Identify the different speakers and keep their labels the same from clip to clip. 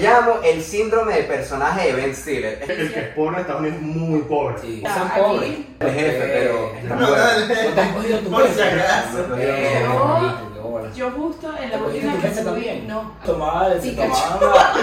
Speaker 1: llamo el síndrome de personaje de Ben Stiller.
Speaker 2: El el que es pobre en Estados Unidos es muy pobre.
Speaker 1: Sí,
Speaker 3: Ya,
Speaker 1: son
Speaker 3: aquí-
Speaker 1: pobres. El jefe, pero.
Speaker 4: Eh, No,
Speaker 1: bueno.
Speaker 4: dale.
Speaker 5: No te has cogido tu
Speaker 4: Por si
Speaker 5: jefe.
Speaker 4: acaso.
Speaker 5: No te has cogido tu
Speaker 3: Eh,
Speaker 5: jefe,
Speaker 3: no.
Speaker 5: manito, qué bola.
Speaker 3: Yo justo en
Speaker 5: ¿Te
Speaker 3: la
Speaker 5: cogiste
Speaker 3: última
Speaker 5: tu
Speaker 3: que
Speaker 5: jefe
Speaker 3: subí,
Speaker 5: también?
Speaker 3: no.
Speaker 5: Tomaba, se
Speaker 3: Sí,
Speaker 5: tomaba.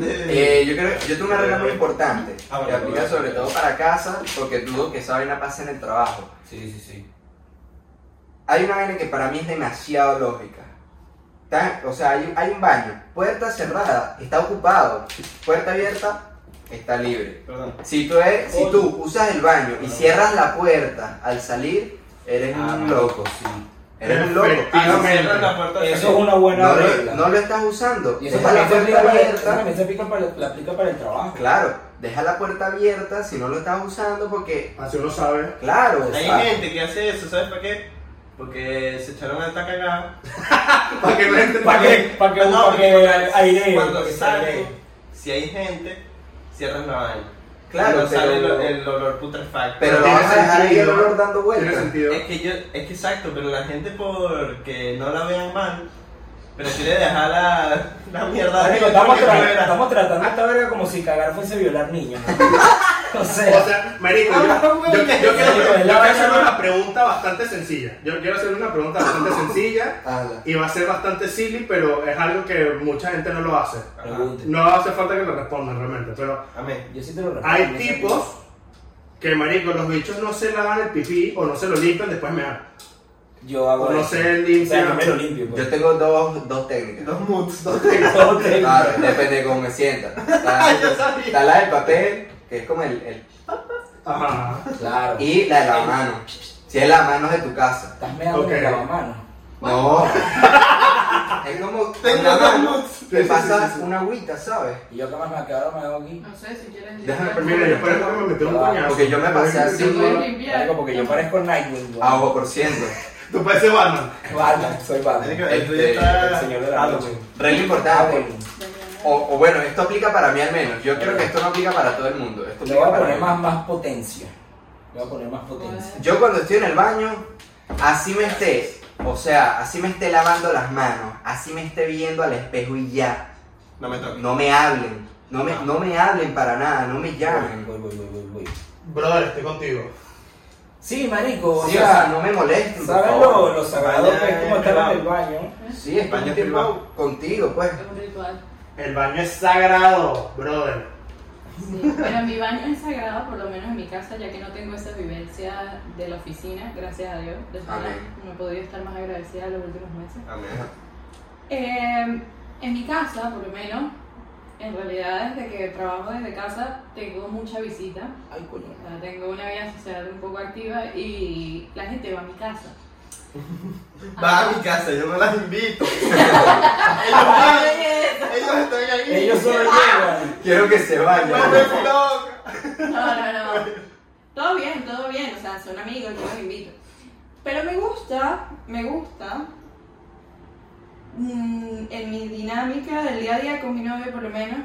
Speaker 1: Eh, yo creo yo tengo una regla muy importante
Speaker 4: Ah,
Speaker 1: que
Speaker 4: bueno,
Speaker 1: aplica
Speaker 4: bueno.
Speaker 1: sobre todo para casa porque dudo que esa vaina pase en el trabajo.
Speaker 5: Sí, sí, sí.
Speaker 1: Hay una vaina que para mí es demasiado lógica. Está- o sea, hay, hay un baño, puerta cerrada, está ocupado, puerta abierta, está libre.
Speaker 4: Perdón.
Speaker 1: Si tú, eres- si tú usas el baño y cierras la puerta al salir, eres
Speaker 4: Ah,
Speaker 1: un loco.
Speaker 5: sí.
Speaker 1: Eres un loco.
Speaker 4: Efectivamente.
Speaker 1: Ah, no,
Speaker 4: Cierra la puerta de
Speaker 5: Eso es
Speaker 4: salida.
Speaker 5: una buena
Speaker 1: No lo,
Speaker 5: regla.
Speaker 1: no lo estás usando.
Speaker 5: y eso
Speaker 1: Deja la
Speaker 5: también se
Speaker 1: puerta
Speaker 5: aplica para, eso
Speaker 1: abierta.
Speaker 5: también se aplica para, la aplica para el trabajo.
Speaker 1: Claro, deja la puerta abierta si no lo estás usando porque,
Speaker 2: Así uno sabe.
Speaker 1: claro, o
Speaker 4: Hay
Speaker 1: sea,
Speaker 4: gente que hace eso, ¿sabes para qué? Porque se echaron a esta cagada.
Speaker 2: Para que no entre.
Speaker 5: Para que, para Ah, que,
Speaker 4: No,
Speaker 5: para que
Speaker 4: porque
Speaker 5: aire.
Speaker 4: Cuando sale,
Speaker 5: aire.
Speaker 4: si hay gente, cierran la vaina.
Speaker 1: Claro,
Speaker 4: Cuando sale el,
Speaker 1: pero-
Speaker 4: el olor putrefacto.
Speaker 1: pero
Speaker 2: tiene
Speaker 1: vamos a dejar ahí el
Speaker 2: sentido.
Speaker 1: olor dando
Speaker 2: Tiene
Speaker 1: vueltas.
Speaker 2: sentido.
Speaker 4: Es que yo, es que exacto, pero la gente porque no la vean mal, prefiere dejar la, la mierda
Speaker 5: Marico,
Speaker 4: adentro
Speaker 5: Estamos,
Speaker 4: que
Speaker 5: tra-
Speaker 4: fuera.
Speaker 5: estamos tratando esta verga como si cagar fuese violar niños. o
Speaker 2: O
Speaker 5: sea,
Speaker 2: sea, marico, yo,
Speaker 4: Ah,
Speaker 2: yo- yo
Speaker 4: güey.
Speaker 2: quiero, hacer- yo quiero hacer
Speaker 5: Claro.
Speaker 2: una pregunta bastante sencilla. Yo quiero hacer una pregunta bastante sencilla
Speaker 1: Ala.
Speaker 2: y va a ser bastante silly, pero es algo que mucha gente no lo hace.
Speaker 4: Ajá.
Speaker 5: pregunte.
Speaker 2: No hace falta que lo respondan realmente, pero
Speaker 4: Amén.
Speaker 5: Yo sí te lo respondo.
Speaker 2: hay tipos que, marico, los bichos no se lavan el pipí o no se lo limpian después me dan.
Speaker 5: Yo hago.
Speaker 2: O no
Speaker 5: eso.
Speaker 2: se
Speaker 5: O sea, no
Speaker 2: limpian.
Speaker 5: me lo limpio.
Speaker 1: Yo
Speaker 5: Pues.
Speaker 1: tengo dos, dos técnicas.
Speaker 4: Los moods.
Speaker 5: Yo te...
Speaker 1: Claro, depende de cómo me sienta. Está,
Speaker 4: Yo sabía.
Speaker 1: está la del papel, que es como el, el-
Speaker 2: Ajá.
Speaker 5: Claro.
Speaker 1: Y la de la mano. Si es la mano de tu casa.
Speaker 5: Estás meando
Speaker 2: Ok.
Speaker 5: en el lavamanos.
Speaker 1: No. Es como
Speaker 4: Tengo
Speaker 1: una
Speaker 4: dos
Speaker 1: mano.
Speaker 4: moods.
Speaker 1: Te
Speaker 2: Sí, sí, sí,
Speaker 1: pasas
Speaker 2: sí, sí.
Speaker 1: una agüita, ¿sabes?
Speaker 5: Y yo acá más me quedo, me hago aquí.
Speaker 3: No sé si quieres
Speaker 1: Déjame,
Speaker 3: limpiar.
Speaker 2: pues, Mira, yo espero que me metí un puñazo.
Speaker 1: Porque yo me pasé así,
Speaker 3: ¿Lo puedes
Speaker 1: güey.
Speaker 3: limpiar?
Speaker 5: Marico, porque yo parezco Nightwing. güey.
Speaker 1: A ojo por ciento.
Speaker 2: Tú pareces Batman.
Speaker 5: Batman, soy Batman.
Speaker 4: El tuyo
Speaker 1: Este,
Speaker 4: está-
Speaker 5: El señor de la noche. Ah,
Speaker 1: Regla importante.
Speaker 5: Halloween.
Speaker 1: O, o bueno, esto aplica para mí al menos. Yo creo que esto no aplica para todo el mundo. Esto
Speaker 5: Le voy a
Speaker 1: aplica para
Speaker 5: poner
Speaker 1: mí.
Speaker 5: más, más potencia. Le voy a poner más potencia.
Speaker 1: Yo cuando estoy en el baño, así me esté, o sea, así me esté lavando las manos, así me esté viendo al espejo y ya.
Speaker 4: No me toques.
Speaker 1: No me hablen, no me, no me hablen para nada, no me llamen.
Speaker 5: Voy, voy, voy, voy, voy.
Speaker 2: Brother, estoy contigo.
Speaker 5: Sí, marico, o
Speaker 1: Sí, o sea,
Speaker 5: sea,
Speaker 1: no me molesten, por
Speaker 5: ¿saben
Speaker 1: favor.
Speaker 5: lo, lo sagrado que es como estar en el baño?
Speaker 1: Sí, es como
Speaker 4: Baño
Speaker 1: un tiempo
Speaker 4: privado.
Speaker 1: contigo, pues.
Speaker 3: Es un ritual.
Speaker 2: El baño es sagrado, brother.
Speaker 3: Sí. Pero mi baño es sagrado, por lo menos en mi casa, ya que no tengo esa vivencia de la oficina, gracias a Dios. De verdad,
Speaker 1: Amén.
Speaker 3: no he podido estar más agradecida en los últimos meses.
Speaker 4: Amén.
Speaker 3: Eh, en mi casa, por lo menos, en realidad desde que trabajo desde casa, tengo mucha visita.
Speaker 5: Ay, coño.
Speaker 3: O sea, tengo una vida social un poco activa y la gente va a mi casa.
Speaker 4: Va a mi casa, yo no las invito. ellos van,
Speaker 3: Ah.
Speaker 4: ellos están ahí.
Speaker 5: Ellos solo llegan.
Speaker 1: Quiero que se
Speaker 4: Bueno,
Speaker 1: vayan.
Speaker 4: es loca.
Speaker 3: No, no, no. Todo bien, todo bien. O sea, son amigos, yo los invito. Pero me gusta, me gusta. mm, en mi dinámica del día a día con mi novio, por lo menos,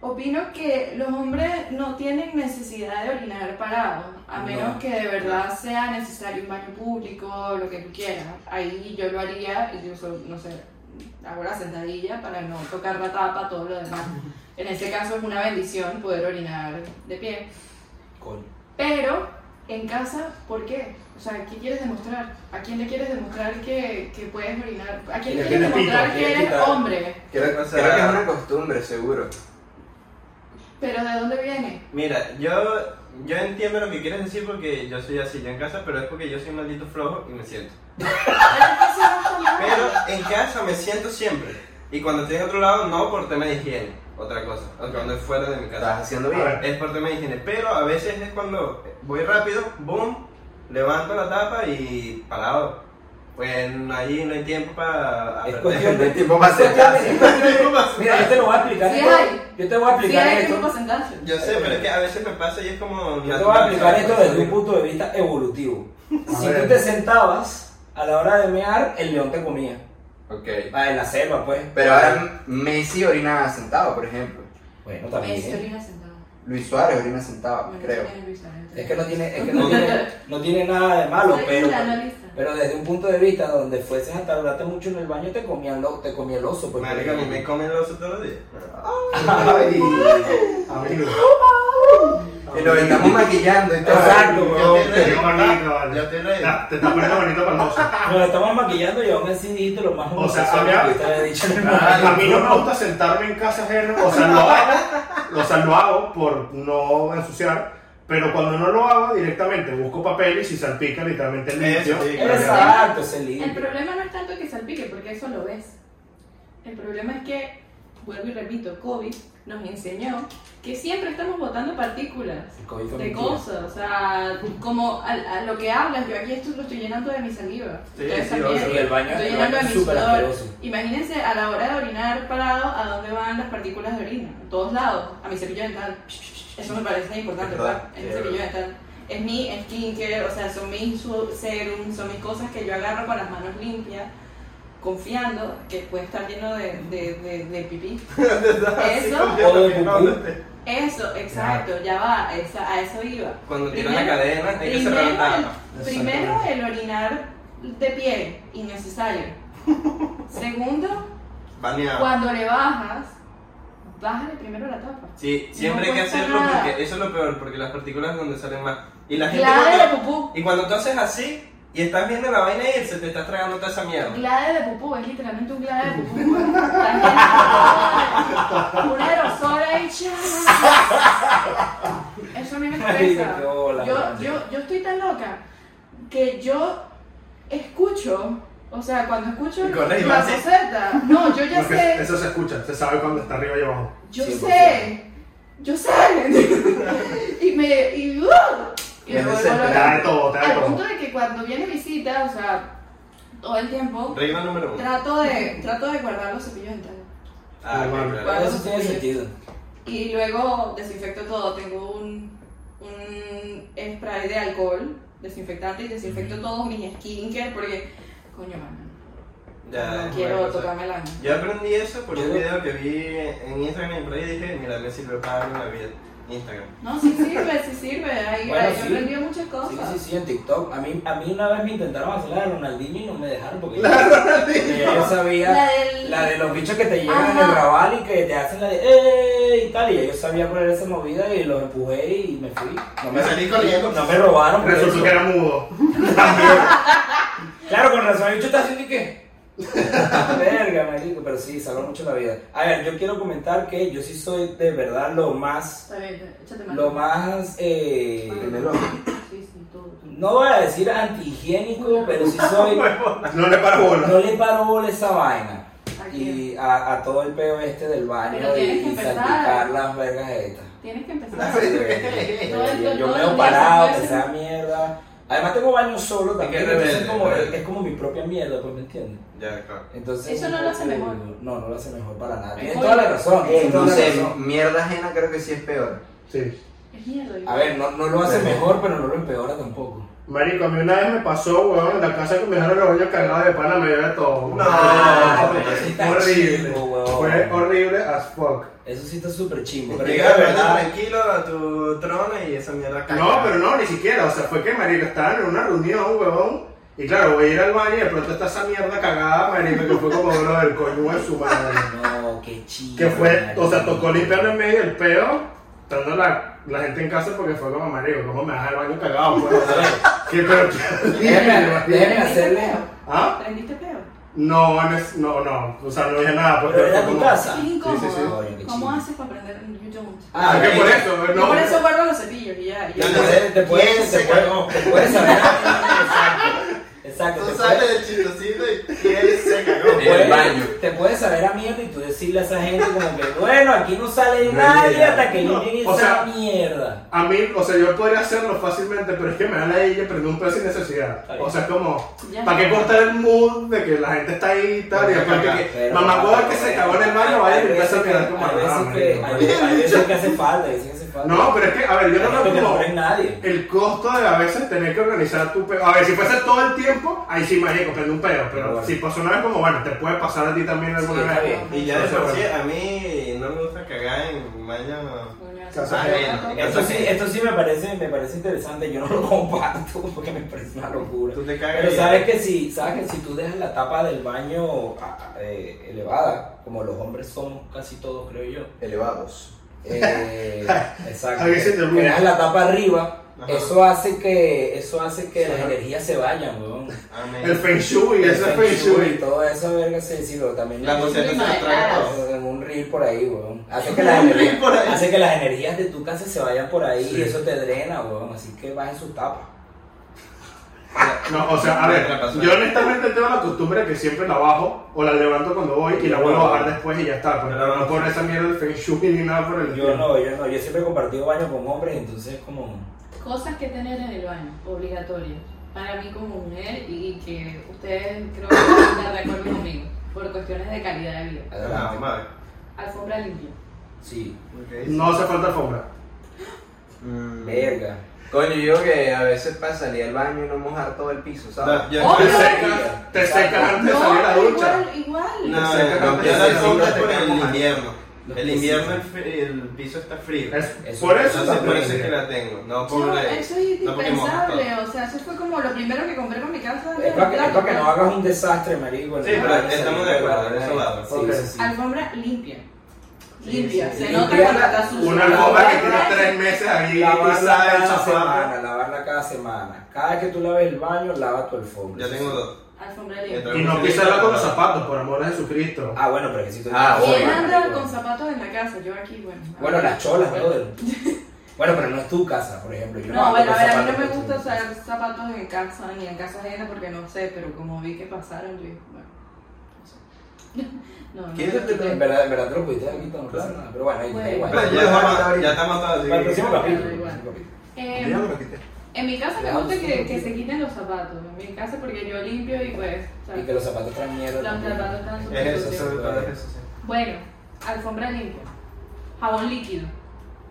Speaker 3: opino que los hombres no tienen necesidad de orinar parado, a
Speaker 5: No.
Speaker 3: menos que de verdad sea necesario un baño público, lo que tú quieras. Ahí yo lo haría, incluso, no sé, hago la sentadilla para no tocar la tapa, todo lo demás. En este caso es una bendición poder orinar de pie.
Speaker 5: Coño.
Speaker 3: Pero en casa, ¿por qué? O sea, ¿qué quieres demostrar? ¿A quién le quieres demostrar que, que puedes orinar? ¿A quién le
Speaker 2: Que tienes
Speaker 3: quieres
Speaker 2: pito,
Speaker 3: demostrar
Speaker 5: que
Speaker 3: que eres
Speaker 5: quitar.
Speaker 3: hombre?
Speaker 1: Creo,
Speaker 4: O sea-
Speaker 1: creo que es una costumbre, seguro.
Speaker 3: ¿Pero de dónde viene?
Speaker 4: Mira, yo, yo entiendo lo que quieres decir porque yo soy así yo en casa, pero es porque yo soy un maldito flojo y me siento. Pero en casa me siento siempre. Y cuando estoy en otro lado, no por tema de higiene, otra cosa. O cuando es fuera de mi
Speaker 1: Estás
Speaker 4: casa.
Speaker 1: haciendo
Speaker 2: A
Speaker 1: bien.
Speaker 2: ver.
Speaker 4: Es por tema de higiene. Pero a veces es cuando voy rápido, boom, levanto la tapa y parado. Pues ahí no hay tiempo para...
Speaker 5: Es
Speaker 4: perder.
Speaker 5: cuestión
Speaker 1: No
Speaker 5: de
Speaker 1: hay tiempo para acercarse.
Speaker 5: Mira, yo te lo voy a explicar.
Speaker 3: Sí
Speaker 5: esto-
Speaker 3: hay.
Speaker 5: Yo te voy a
Speaker 3: Sí,
Speaker 5: explicar
Speaker 3: hay que
Speaker 5: esto.
Speaker 3: porcentaje.
Speaker 4: Yo sé, pero es que a veces me pasa y es como...
Speaker 5: Eh, Yo te voy a explicar esto desde un punto de vista evolutivo.
Speaker 2: A
Speaker 5: Si
Speaker 2: ver.
Speaker 5: tú te sentabas a la hora de mear, el león te comía.
Speaker 1: Ok.
Speaker 5: Ah, en la selva, pues.
Speaker 1: Pero ahora Messi orina sentado, por ejemplo.
Speaker 5: Bueno,
Speaker 3: Messi
Speaker 5: también. Ah,
Speaker 3: orina sentado.
Speaker 1: Luis Suárez orina sentado,
Speaker 3: Bueno,
Speaker 1: creo.
Speaker 3: tiene Luis Suárez.
Speaker 5: Es que no tiene, es que no tiene, no tiene nada de malo,
Speaker 3: Soy
Speaker 5: pero,
Speaker 3: fulano, Lisa.
Speaker 5: pero desde un punto de vista donde fueses a tardarte mucho en el baño, te comía el, o- te comía el oso. Pues,
Speaker 4: Marica, a mí me comen los todos los días.
Speaker 5: Ah.
Speaker 1: Ay.
Speaker 2: Amigo.
Speaker 1: Y lo estamos maquillando y todo.
Speaker 5: Exacto,
Speaker 4: Yo
Speaker 5: weón.
Speaker 4: estoy ready,
Speaker 2: Qué bonito,
Speaker 4: papá.
Speaker 2: vale.
Speaker 4: Yo estoy ready.
Speaker 2: Ah, Te está poniendo bonito para el oso.
Speaker 5: Nos lo estamos maquillando y aún así dijiste lo más
Speaker 2: O sea,
Speaker 5: homosexual
Speaker 2: había- Ah,
Speaker 5: que te había dicho en el
Speaker 2: A
Speaker 5: baño.
Speaker 2: mí no me gusta sentarme en casa ajena, o sea, lo hago, o sea, lo hago por no ensuciar, pero cuando no lo hago directamente busco papel y si salpica literalmente limpio.
Speaker 4: Eso, sí, claro.
Speaker 5: Exacto, se
Speaker 3: El
Speaker 5: limpia.
Speaker 3: problema no es tanto que salpique, porque eso lo ves. El problema es que, vuelvo y repito, COVID nos enseñó que siempre estamos botando partículas
Speaker 5: El COVID fue
Speaker 3: de
Speaker 5: mentira.
Speaker 3: cosas, o sea, como a, a lo que hablas, yo aquí esto lo estoy llenando de mi saliva.
Speaker 4: Sí,
Speaker 3: Ustedes
Speaker 4: sí,
Speaker 3: también.
Speaker 4: obvio.
Speaker 5: Sí, el baño,
Speaker 3: Estoy
Speaker 5: el
Speaker 3: llenando
Speaker 5: baño
Speaker 3: de
Speaker 5: es
Speaker 3: mi
Speaker 5: súper
Speaker 3: sudor.
Speaker 5: asqueroso.
Speaker 3: Imagínense a la hora de orinar parado, ¿a dónde van las partículas de orina? A todos lados. A mi cepillo dental. Eso me parece importante,
Speaker 4: Es verdad,
Speaker 3: ¿verdad? Es mi
Speaker 4: es
Speaker 3: cepillo
Speaker 4: verdad.
Speaker 3: dental. Es mi skincare, o sea, son mis su- serums, son mis cosas que yo agarro con las manos limpias, confiando que puede estar lleno de, de, de, de pipí.
Speaker 4: Así,
Speaker 3: Eso,
Speaker 4: comiendo,
Speaker 5: o de pupú.
Speaker 4: comiéndote.
Speaker 3: eso, exacto, ya va, esa- a eso iba.
Speaker 4: Cuando tiran la
Speaker 3: Primero-
Speaker 4: cadena, hay que cerrar la
Speaker 3: Primero,
Speaker 4: tapa.
Speaker 5: Exactamente.
Speaker 3: el, primero el orinar de pie, innecesario. Segundo,
Speaker 4: Baneado.
Speaker 3: cuando le bajas, bájale primero la tapa.
Speaker 4: Sí, siempre
Speaker 3: No
Speaker 4: hay que
Speaker 3: cuesta
Speaker 4: hacerlo
Speaker 3: nada.
Speaker 4: porque eso es lo peor, porque las partículas es donde salen más. Y la gente
Speaker 3: Glade de
Speaker 4: cuando,
Speaker 3: pupú.
Speaker 4: y cuando tú haces así y estás viendo la vaina y se te está tragando toda esa mierda.
Speaker 3: Glade de pupú, es literalmente un glade de pupú. Un aerosol ahí, chao. Eso a mí me estresa.
Speaker 5: Ay, qué bola,
Speaker 3: Yo,
Speaker 5: madre.
Speaker 3: yo, yo estoy tan loca que yo escucho, o sea, cuando escucho
Speaker 4: Con la
Speaker 3: la
Speaker 4: imagen.
Speaker 3: coseta, no, yo ya
Speaker 2: Porque
Speaker 3: sé.
Speaker 2: Eso se escucha, se sabe cuando está arriba y abajo.
Speaker 3: Yo
Speaker 5: Sí,
Speaker 3: sé, yo sé. y me. Y, ¡uh! y
Speaker 1: Me
Speaker 2: Te da
Speaker 3: me vuelvo
Speaker 2: de
Speaker 1: desespera.
Speaker 3: loca.
Speaker 2: todo, te da de
Speaker 3: Al punto
Speaker 2: todo.
Speaker 3: de que cuando viene visita, o sea, todo el tiempo,
Speaker 4: Regla número uno.
Speaker 3: trato de, trato de guardar los cepillos dentales.
Speaker 4: Ah, ok, claro.
Speaker 3: Guarda
Speaker 5: Eso
Speaker 3: los
Speaker 5: tiene
Speaker 3: cepillos.
Speaker 5: sentido.
Speaker 3: Y luego desinfecto todo. Tengo un, un spray de alcohol desinfectante y desinfecto todos mis skincare porque, coño, mano,
Speaker 4: Ya,
Speaker 3: no quiero
Speaker 5: pues,
Speaker 4: bueno,
Speaker 3: tocarme la mano.
Speaker 4: Yo aprendí eso por
Speaker 5: Yo
Speaker 4: un
Speaker 5: lo-
Speaker 4: video que vi en Instagram y por ahí dije, mira, me sirve para la vida. Instagram.
Speaker 3: No, sí sirve, sí sirve. Ahí,
Speaker 5: Bueno,
Speaker 3: ahí
Speaker 5: sí.
Speaker 3: yo aprendí muchas cosas.
Speaker 5: Sí, sí, sí, en TikTok. A mí, a mí una vez me intentaron hacer la de Ronaldinho y no me dejaron porque porque yo ya
Speaker 3: La
Speaker 5: sabía
Speaker 3: del-
Speaker 5: la de los bichos que te llevan en
Speaker 3: Ajá.
Speaker 5: el rabal y que te hacen la de ¡eh! y tal. Y yo sabía poner esa movida y los empujé y me fui. No
Speaker 4: Me salí corriendo.
Speaker 5: No me robaron. por
Speaker 2: Resultó
Speaker 5: eso.
Speaker 2: que era mudo.
Speaker 5: Claro, con razón, el bicho está haciendo y qué. Verga, marico, pero sí, salva mucho la vida. A ver, yo quiero comentar que yo sí soy de verdad lo más.
Speaker 3: Está bien, échate mano.
Speaker 5: Lo más. Eh,
Speaker 1: Primero,
Speaker 3: Sí, sí, todo, todo.
Speaker 5: no voy a decir antihigiénico, pero sí soy.
Speaker 2: No le para bola.
Speaker 5: No le paro bola a esa vaina.
Speaker 3: ¿A quién?
Speaker 5: Y a, a todo el peo este del baño
Speaker 3: Pero
Speaker 5: y,
Speaker 3: tienes que
Speaker 5: y
Speaker 3: empezar.
Speaker 5: salpicar las vergas estas.
Speaker 3: Tienes que empezar. Todo el-
Speaker 5: Eh, Yo- Yo me veo
Speaker 3: todo el día se
Speaker 5: parado, que
Speaker 3: puede
Speaker 5: sea mierda. Además tengo baño solo también,
Speaker 4: Es que
Speaker 5: entonces
Speaker 4: rebelde,
Speaker 5: como-
Speaker 4: rebelde.
Speaker 5: es como mi propia mierda, pues me entiendes.
Speaker 4: Ya, claro.
Speaker 5: Entonces,
Speaker 3: Eso no lo hace
Speaker 5: eh,
Speaker 3: mejor.
Speaker 5: No, no lo hace mejor para nada.
Speaker 3: Mejor.
Speaker 5: Tienes toda la razón.
Speaker 1: eh,
Speaker 5: tienes
Speaker 1: no
Speaker 5: toda la
Speaker 1: sé,
Speaker 5: razón.
Speaker 1: mierda ajena creo que sí es peor.
Speaker 2: Sí.
Speaker 3: Es mierda.
Speaker 5: A ver, no, no lo hace
Speaker 2: Pero-
Speaker 5: mejor, pero no lo empeora tampoco.
Speaker 2: Marico, a mí una vez me pasó, weón, en la casa que me dejaron los baños cargados de pana, me dio de todo.
Speaker 4: No,
Speaker 2: Ah,
Speaker 5: pero sí está
Speaker 2: horrible.
Speaker 5: chido, weón.
Speaker 2: Fue horrible as fuck.
Speaker 5: Eso sí está súper chingo. Pero yo
Speaker 4: Llega
Speaker 5: la
Speaker 4: a verdad
Speaker 5: verdad,
Speaker 4: tranquilo a tu trono y esa mierda cae.
Speaker 2: No, pero no, ni siquiera. O sea, fue que, marico, estaban en una reunión, huevón. Y claro, voy a ir al baño y de pronto está esa mierda cagada, marico, que fue como, bro, el coño de su madre.
Speaker 5: no, qué chido.
Speaker 2: Que fue, o sea,
Speaker 5: marico.
Speaker 2: tocó limpiarlo en medio del peo, estando la, la gente en casa porque fue como, marico, ¿cómo me vas al baño cagado, huevón? ¿Qué pero
Speaker 5: Déjame, déjame hacerle.
Speaker 2: ¿Ah?
Speaker 3: ¿Prendiste peo?
Speaker 2: No, no, es- no, no, o sea, no dije nada. Porque
Speaker 5: Pero era
Speaker 2: fue
Speaker 5: tu
Speaker 2: como-
Speaker 5: casa.
Speaker 3: Es
Speaker 2: sí, sí.
Speaker 3: incómodo.
Speaker 5: Oye, qué
Speaker 3: ¿Cómo
Speaker 5: chido.
Speaker 3: haces para aprender? You don't.
Speaker 5: Ah,
Speaker 2: Ah, que
Speaker 5: ok.
Speaker 2: por eso, no.
Speaker 3: Yo por eso guardo los cepillos y ya. y ya.
Speaker 4: Ya no sé.
Speaker 5: Entonces, te puedes,
Speaker 4: ¿Quién
Speaker 5: te
Speaker 4: se
Speaker 5: puedes,
Speaker 4: cagó?
Speaker 5: te puedes saber. Exacto. Exacto.
Speaker 4: Tú
Speaker 5: te
Speaker 4: sales
Speaker 5: puedes-
Speaker 4: del chistosito y él se cagó. pues.
Speaker 5: Puedes-
Speaker 1: El baño.
Speaker 5: Te puedes saber a mierda y tú decirle a esa gente como que, bueno, aquí no sale
Speaker 1: No
Speaker 5: nadie
Speaker 1: llega.
Speaker 5: hasta que
Speaker 2: No,
Speaker 5: lleguen
Speaker 2: o
Speaker 5: esa
Speaker 2: sea,
Speaker 5: mierda.
Speaker 2: A mí, o sea, yo podría hacerlo fácilmente, pero es que me da la ella prender un pedo sin necesidad.
Speaker 5: Está bien.
Speaker 2: O sea, es como,
Speaker 3: Ya.
Speaker 2: ¿para qué cortar el mood de que la gente está ahí y tal? Y después que, que
Speaker 5: Pero-
Speaker 2: mamá hueva que se cagó en el baño, vaya y empieza a quedar como
Speaker 5: Hay veces
Speaker 2: "Ah,
Speaker 5: que-
Speaker 2: marico".
Speaker 5: hay veces- hay veces que hace falta, hay veces que hace falta.
Speaker 2: No, pero es que, a ver, yo no
Speaker 5: no
Speaker 2: lo
Speaker 5: te
Speaker 2: veo como
Speaker 5: mueres nadie.
Speaker 2: el costo de a veces tener que organizar tu pedo. A ver, si fuese todo el tiempo, ahí sí, marico, prende un pedo. Pero
Speaker 5: Bueno.
Speaker 2: si pasó una vez, como, bueno, te puede pasar a ti también alguna
Speaker 5: Sí, está
Speaker 3: Ah,
Speaker 2: vez.
Speaker 5: bien.
Speaker 4: Y ya de por sí, a mí no me gusta cagar en baño.
Speaker 3: Coño,
Speaker 2: Casa
Speaker 3: eso
Speaker 4: ajena.
Speaker 3: es loco.
Speaker 5: Esto sí, esto sí me parece, me parece interesante, yo no lo comparto porque me parece una locura.
Speaker 4: Tú te cagas.
Speaker 5: Pero
Speaker 4: y-
Speaker 5: sabes que si, sabes que si tú dejas la tapa del baño a- a- eh, elevada, como los hombres somos casi todos, creo yo.
Speaker 1: Elevados.
Speaker 5: eh, exacto.
Speaker 2: Ahí se te
Speaker 5: Que dejas la tapa arriba,
Speaker 4: Ajá.
Speaker 5: eso hace que, eso hace que las
Speaker 2: Ajá.
Speaker 5: energías se vayan, weón.
Speaker 4: Amén.
Speaker 2: El feng shui, ese
Speaker 5: El
Speaker 2: feng
Speaker 5: y
Speaker 2: shui.
Speaker 5: todo eso, verga, sí, sí, pero también
Speaker 4: La
Speaker 5: en
Speaker 4: boceta se la traga todo.
Speaker 5: un reel por ahí, weón. Hace que, las energías,
Speaker 4: por ahí.
Speaker 5: hace que las energías de tu casa se vayan por ahí
Speaker 2: Sí.
Speaker 5: y eso te drena, weón. Así que bajen su tapa.
Speaker 2: No, o sea, a ver,
Speaker 4: Atrapasueños.
Speaker 2: yo honestamente tengo la costumbre que siempre la bajo o la levanto cuando voy y la vuelvo a bajar después y ya está. Pero
Speaker 4: Yo la
Speaker 2: no
Speaker 4: bajo.
Speaker 2: por esa mierda del feng shui ni nada por el
Speaker 5: Yo
Speaker 2: estilo.
Speaker 5: no, yo no. Yo siempre he compartido baño con hombres, entonces como...
Speaker 3: Cosas que tener en el baño, obligatorias. Para mí como mujer y que ustedes creo que están de acuerdo conmigo, por cuestiones de calidad de vida.
Speaker 4: Ajá,
Speaker 5: Adelante.
Speaker 4: madre.
Speaker 3: Alfombra limpia.
Speaker 5: Sí.
Speaker 4: ¿eh? Ok.
Speaker 2: No hace falta alfombra.
Speaker 1: Mm.
Speaker 5: Verga.
Speaker 1: Coño, yo digo que a veces para salir al baño y no mojar todo el piso, ¿sabes?
Speaker 4: Ah, No, yo-
Speaker 3: Obvio.
Speaker 2: Te secas, te secas antes de salir a la
Speaker 3: pero
Speaker 2: ducha.
Speaker 3: igual, igual.
Speaker 4: No,
Speaker 2: Se
Speaker 4: no,
Speaker 2: cagan
Speaker 4: no,
Speaker 2: de
Speaker 4: yo
Speaker 2: la
Speaker 4: la sombra
Speaker 1: sombra,
Speaker 4: por
Speaker 1: te
Speaker 4: el
Speaker 1: cagan.
Speaker 4: invierno.
Speaker 5: Los
Speaker 4: El
Speaker 5: pisos.
Speaker 4: invierno el, fri- el piso está frío.
Speaker 2: Es-
Speaker 5: Eso
Speaker 2: por eso
Speaker 4: Entonces
Speaker 2: se
Speaker 4: por eso es
Speaker 2: prende.
Speaker 4: que la tengo. No por
Speaker 3: Yo,
Speaker 4: la-
Speaker 3: eso es
Speaker 4: no porque moja todo.
Speaker 3: indispensable, o sea, eso fue como lo primero que compré con mi casa.
Speaker 5: Es para que, es pa' que no hagas un desastre, marico. en
Speaker 4: Sí,
Speaker 5: el
Speaker 4: pero
Speaker 5: baño,
Speaker 4: estamos de
Speaker 5: salir
Speaker 4: acuerdo,
Speaker 5: del
Speaker 4: de ese
Speaker 5: baño.
Speaker 4: lado.
Speaker 5: Sí,
Speaker 2: Ok.
Speaker 5: sí, sí.
Speaker 3: Alfombra limpia. Limpia.
Speaker 5: sí,
Speaker 3: Se
Speaker 5: sí.
Speaker 3: nota
Speaker 5: Limpia.
Speaker 3: cuando está sucia.
Speaker 2: Una alfombra que tiene tres meses ahí y
Speaker 5: Lavarla
Speaker 2: sabe el
Speaker 5: cada
Speaker 2: zapato.
Speaker 5: semana, lavarla cada semana. Cada vez que tú laves el baño, lava tu alfombra.
Speaker 4: Yo tengo dos.
Speaker 3: Alfombra limpia.
Speaker 4: Entra-
Speaker 2: Y no pisarla con los zapatos, por amor de Jesucristo.
Speaker 5: Ah, bueno, pero que si tú...
Speaker 1: Ah,
Speaker 3: ¿Quién
Speaker 1: bueno,
Speaker 3: anda con zapatos en la casa? Yo aquí, bueno. a
Speaker 5: Bueno,
Speaker 3: ver.
Speaker 5: las cholas, brother. Bueno, pero no es tu casa, por ejemplo. Yo
Speaker 3: No,
Speaker 5: ando
Speaker 3: bueno, a
Speaker 5: con
Speaker 3: ver, a mí
Speaker 5: zapatos
Speaker 3: no me
Speaker 5: que
Speaker 3: gusta
Speaker 5: tú-
Speaker 3: usar zapatos en casa ni en casa ajena porque no sé, pero como vi que pasaron, yo dije, bueno, no sé. No, no.
Speaker 1: ¿Qué es lo que
Speaker 5: En verdad, en verdad te lo pudiste aquí tan claro. Pero bueno, ahí- da
Speaker 3: Bueno.
Speaker 5: igual.
Speaker 4: Pero ya estamos, ya estamos todos así.
Speaker 5: Para el próximo capítulo.
Speaker 3: Da igual.
Speaker 5: el próximo capítulo.
Speaker 3: Eh,
Speaker 1: Yo me lo quité.
Speaker 3: en mi casa me
Speaker 5: Veamos
Speaker 3: gusta
Speaker 5: si
Speaker 3: que,
Speaker 5: lo
Speaker 3: que se
Speaker 5: quito.
Speaker 3: quiten los zapatos. En mi casa porque yo limpio y pues,
Speaker 5: Y
Speaker 3: ¿sabes?
Speaker 5: que los zapatos traen mierda.
Speaker 3: Los
Speaker 5: también.
Speaker 3: zapatos están
Speaker 4: Es eso,
Speaker 3: Sí.
Speaker 4: sobre todo es eso. sí.
Speaker 3: Bueno, alfombra limpia. Jabón líquido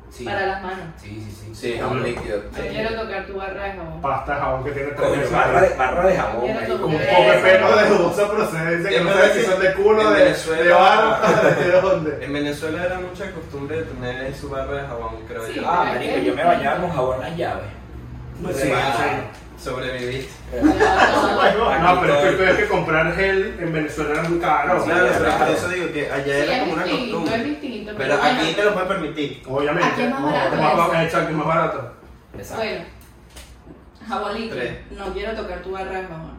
Speaker 5: Sí.
Speaker 3: para las manos.
Speaker 5: Sí, sí, sí.
Speaker 1: Sí, jabón líquido.
Speaker 3: Yo quiero tocar tu barra de jabón.
Speaker 2: Pasta, jabón que tiene tres
Speaker 5: Coño,
Speaker 2: meses.
Speaker 5: barra de, barra de jabón.
Speaker 3: Quiero
Speaker 5: marico.
Speaker 2: Con
Speaker 3: tocar
Speaker 2: un
Speaker 3: eso.
Speaker 2: poco de pelo de dudosa procedencia, que
Speaker 4: En
Speaker 2: no sabes si
Speaker 4: Brasil-
Speaker 2: son de culo,
Speaker 4: en
Speaker 2: de,
Speaker 4: Venezuela-
Speaker 2: de barba, de dónde.
Speaker 4: En Venezuela era mucha costumbre de tener su barra de jabón, creo
Speaker 3: Sí.
Speaker 4: yo.
Speaker 5: Ah, marico, yo me bañaba con jabón las llaves.
Speaker 2: Sí,
Speaker 5: Sí,
Speaker 2: sí.
Speaker 4: Sobreviviste.
Speaker 3: Ya, no.
Speaker 2: No, pero es que el peor es que comprar gel en Venezuela era muy caro.
Speaker 5: Sí,
Speaker 4: Claro,
Speaker 5: claro.
Speaker 4: pero por eso digo que allá
Speaker 3: Sí,
Speaker 4: era
Speaker 3: es
Speaker 4: como una
Speaker 3: distinto, es
Speaker 4: costumbre.
Speaker 3: distinto.
Speaker 4: Pero
Speaker 3: bueno,
Speaker 4: aquí te lo puedes permitir.
Speaker 2: Obviamente.
Speaker 3: Aquí es más
Speaker 2: No,
Speaker 3: barato
Speaker 2: más
Speaker 3: eso.
Speaker 2: ba- Exacto, es más barato.
Speaker 5: Exacto.
Speaker 3: Bueno, jabón líquido.
Speaker 4: Tres.
Speaker 3: No quiero tocar tu barra de jabón.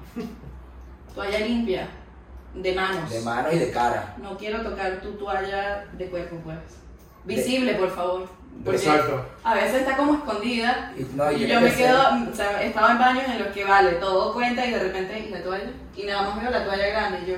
Speaker 3: Toalla limpia, de manos.
Speaker 5: De manos y de cara.
Speaker 3: No quiero tocar tu toalla de cuerpo, pues. Visible, por favor. Porque
Speaker 2: Exacto.
Speaker 3: a veces está como escondida.
Speaker 5: Y, no,
Speaker 3: y
Speaker 5: yo
Speaker 3: yo
Speaker 5: qué
Speaker 3: me
Speaker 5: sé.
Speaker 3: quedo, o sea, estaba en baños en los que vale, todo cuenta y de repente y la toalla. Y nada más veo la toalla grande y yo.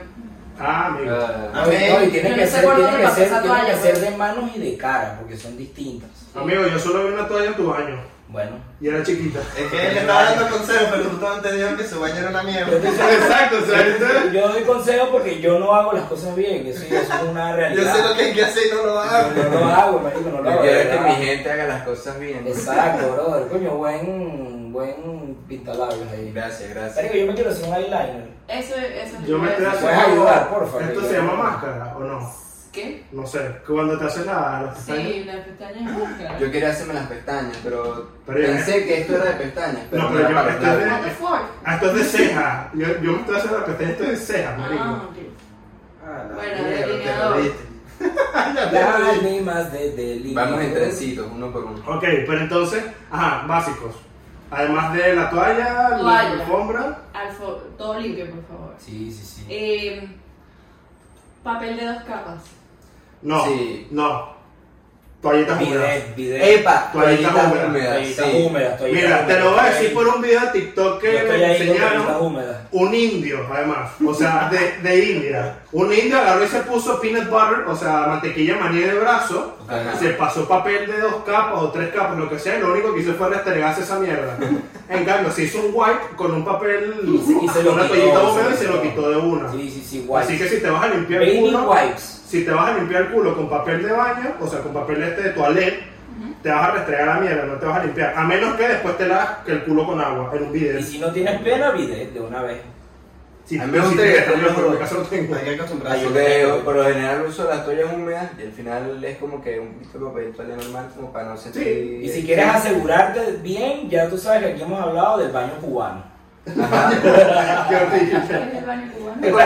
Speaker 2: Ah, amigo.
Speaker 1: Ah,
Speaker 5: No, y- no, y tiene
Speaker 3: Yo
Speaker 5: que
Speaker 3: no sé
Speaker 5: ser,
Speaker 3: por
Speaker 5: tiene
Speaker 3: dónde
Speaker 5: que
Speaker 3: pasó
Speaker 5: ser,
Speaker 3: esa
Speaker 5: tiene que
Speaker 3: toalla,
Speaker 5: ser
Speaker 3: pues.
Speaker 5: de manos y de cara, porque son distintas.
Speaker 2: Amigo, yo solo vi una toalla en tu baño.
Speaker 5: Bueno.
Speaker 2: Y era chiquita.
Speaker 4: Es que él le estaba dando consejos, pero justo antes dijeron que su baño era una
Speaker 5: Yo
Speaker 4: mierda.
Speaker 5: te-
Speaker 2: Exacto, o sea,
Speaker 5: Yo,
Speaker 2: este-
Speaker 5: yo doy consejo porque yo no hago las cosas bien, eso, eso es una
Speaker 4: Yo sé lo
Speaker 5: realidad.
Speaker 4: que hay que hacer y no lo hago.
Speaker 5: Yo no lo hago, marico, no lo
Speaker 1: Yo
Speaker 5: hago.
Speaker 1: quiero que
Speaker 5: ¿verdad?
Speaker 1: mi gente haga las cosas bien.
Speaker 5: Exacto, brother. Coño, buen, buen pintalabios ahí.
Speaker 1: Gracias, gracias.
Speaker 5: Marico, yo me quiero hacer un eyeliner.
Speaker 3: Eso, eso es
Speaker 2: Yo me
Speaker 3: lo
Speaker 2: estoy
Speaker 3: que-
Speaker 5: haciendo- Puedes ayudar, porfa,
Speaker 2: ¿Esto
Speaker 5: que-
Speaker 2: se llama máscara o no?
Speaker 3: ¿Qué?
Speaker 2: No sé. que Cuando te haces la, las pestañas.
Speaker 3: Sí, la pestaña es máscara.
Speaker 1: Yo quería hacerme las pestañas, pero
Speaker 2: Pero ya-
Speaker 1: pensé que esto era de pestañas.
Speaker 2: No,
Speaker 1: me
Speaker 2: pero
Speaker 1: era
Speaker 2: yo-
Speaker 1: para
Speaker 2: esto es
Speaker 1: nada.
Speaker 3: What the fuck?
Speaker 2: Ah, esto es de ceja. Yo, yo me estoy haciendo las pestañas, esto es de ceja,
Speaker 3: Ah,
Speaker 2: marico.
Speaker 3: ok.
Speaker 4: Ah, la
Speaker 3: Bueno,
Speaker 4: mierda, te
Speaker 3: delineador.
Speaker 4: jodiste. Ya te jodiste.
Speaker 5: Lágrimas de delirio.
Speaker 1: Vamos en trencitos, uno por uno.
Speaker 2: Ok, pero entonces, ajá, básicos. Además de la toalla, la
Speaker 3: Toalla.
Speaker 2: alfombra.
Speaker 3: Alfo, todo limpio, por favor.
Speaker 5: Sí, sí, sí.
Speaker 3: Eh, papel de dos capas.
Speaker 2: No,
Speaker 1: Sí.
Speaker 2: no. Toallitas húmedas.
Speaker 5: Bidet, bidet.
Speaker 1: Epa,
Speaker 2: Toallitas
Speaker 1: toallitas
Speaker 2: húmedas.
Speaker 1: húmedas.
Speaker 5: Toallitas
Speaker 1: sí.
Speaker 5: húmedas, toallitas
Speaker 2: Mira, te lo voy a decir por un video de TikTok
Speaker 5: Yo
Speaker 2: que
Speaker 5: estoy
Speaker 2: me
Speaker 5: ahí con toallitas
Speaker 2: enseñaron.
Speaker 5: húmedas.
Speaker 2: Un indio, además, o sea, de, de India. Un indio agarró y se puso peanut butter, o sea, mantequilla maní de brazo,
Speaker 1: Ajá.
Speaker 2: se pasó papel de dos capas o tres capas, lo que sea, y lo único que hizo fue restregarse esa mierda. En cambio, se hizo un wipe con un papel,
Speaker 5: Y se- y se lo
Speaker 2: con una
Speaker 5: quitó,
Speaker 2: toallita
Speaker 5: se
Speaker 2: húmeda
Speaker 5: lo
Speaker 2: y se lo
Speaker 5: quitó.
Speaker 2: quitó de una.
Speaker 5: Sí, sí, sí,
Speaker 2: Así que
Speaker 5: wipes.
Speaker 2: si te vas a limpiar el
Speaker 5: Baby
Speaker 2: culo,
Speaker 5: wipes.
Speaker 2: si te vas a limpiar el culo con papel de baño, o sea, con papel este de toilet, te vas a restregar la mierda, no te vas a limpiar. A menos que después te laves que el culo con agua en un video.
Speaker 5: Y si no tienes pena, bidet de una vez.
Speaker 2: Si,
Speaker 1: A
Speaker 2: a
Speaker 1: mí
Speaker 2: mí
Speaker 1: me gusta que
Speaker 2: gustaría
Speaker 1: también
Speaker 2: pero en
Speaker 1: lo-
Speaker 2: mi caso no tengo.
Speaker 4: Hay que acostumbrarse.
Speaker 1: Yo creo, por lo general uso las toallas húmedas y al final es como que un poquito de papel toalla normal como para no sentir...
Speaker 5: Y si quieres asegurarte bien, ya tú sabes que aquí hemos hablado del baño cubano.
Speaker 2: Qué horrible.
Speaker 3: ¿Quieres el baño cubano?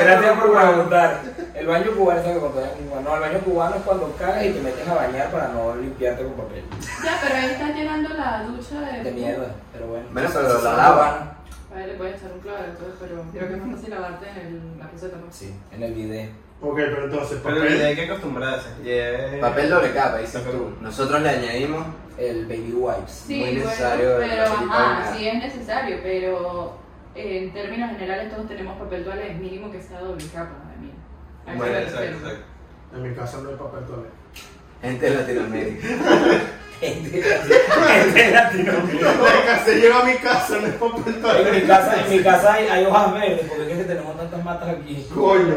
Speaker 5: Gracias por preguntar. El baño cubano es lo que contaba mi mamá. No, el baño cubano es cuando cagas y te metes a bañar para no limpiarte con papel.
Speaker 3: Ya, pero ahí estás llenando la ducha de...
Speaker 5: De mierda, pero bueno.
Speaker 1: Bueno, pero
Speaker 5: Eso
Speaker 1: la
Speaker 5: es
Speaker 1: lava.
Speaker 5: cubano.
Speaker 3: A ver, le puedes echar un clavo entonces, pero creo que es más fácil lavarte en el- la pizza también.
Speaker 5: Sí, en el video.
Speaker 2: Ok, pero entonces,
Speaker 4: Pero la idea
Speaker 2: papel.
Speaker 4: hay que acostumbrarse. y es-
Speaker 1: Papel doble capa, dices tú. Nosotros le añadimos
Speaker 5: El baby wipes.
Speaker 3: Sí,
Speaker 1: Muy
Speaker 3: bueno,
Speaker 1: necesario el
Speaker 3: pero
Speaker 1: papel
Speaker 3: ajá,
Speaker 1: toalla.
Speaker 3: sí es necesario, pero eh, en términos generales todos tenemos papel toalla, es mínimo que sea doble capa también. Hay que
Speaker 4: Bueno,
Speaker 3: ver,
Speaker 4: exacto,
Speaker 3: pero-
Speaker 4: exacto.
Speaker 2: En mi casa no hay papel toilet.
Speaker 1: gente de Latinoamérica.
Speaker 5: Gente gente latinoamericana.
Speaker 2: Venga, se lleva a mi casa, no es papel
Speaker 5: En mi
Speaker 2: toilet.
Speaker 5: casa, en mi casa hay, hay hojas verdes, porque es que tenemos tantas matas aquí.
Speaker 2: Coño.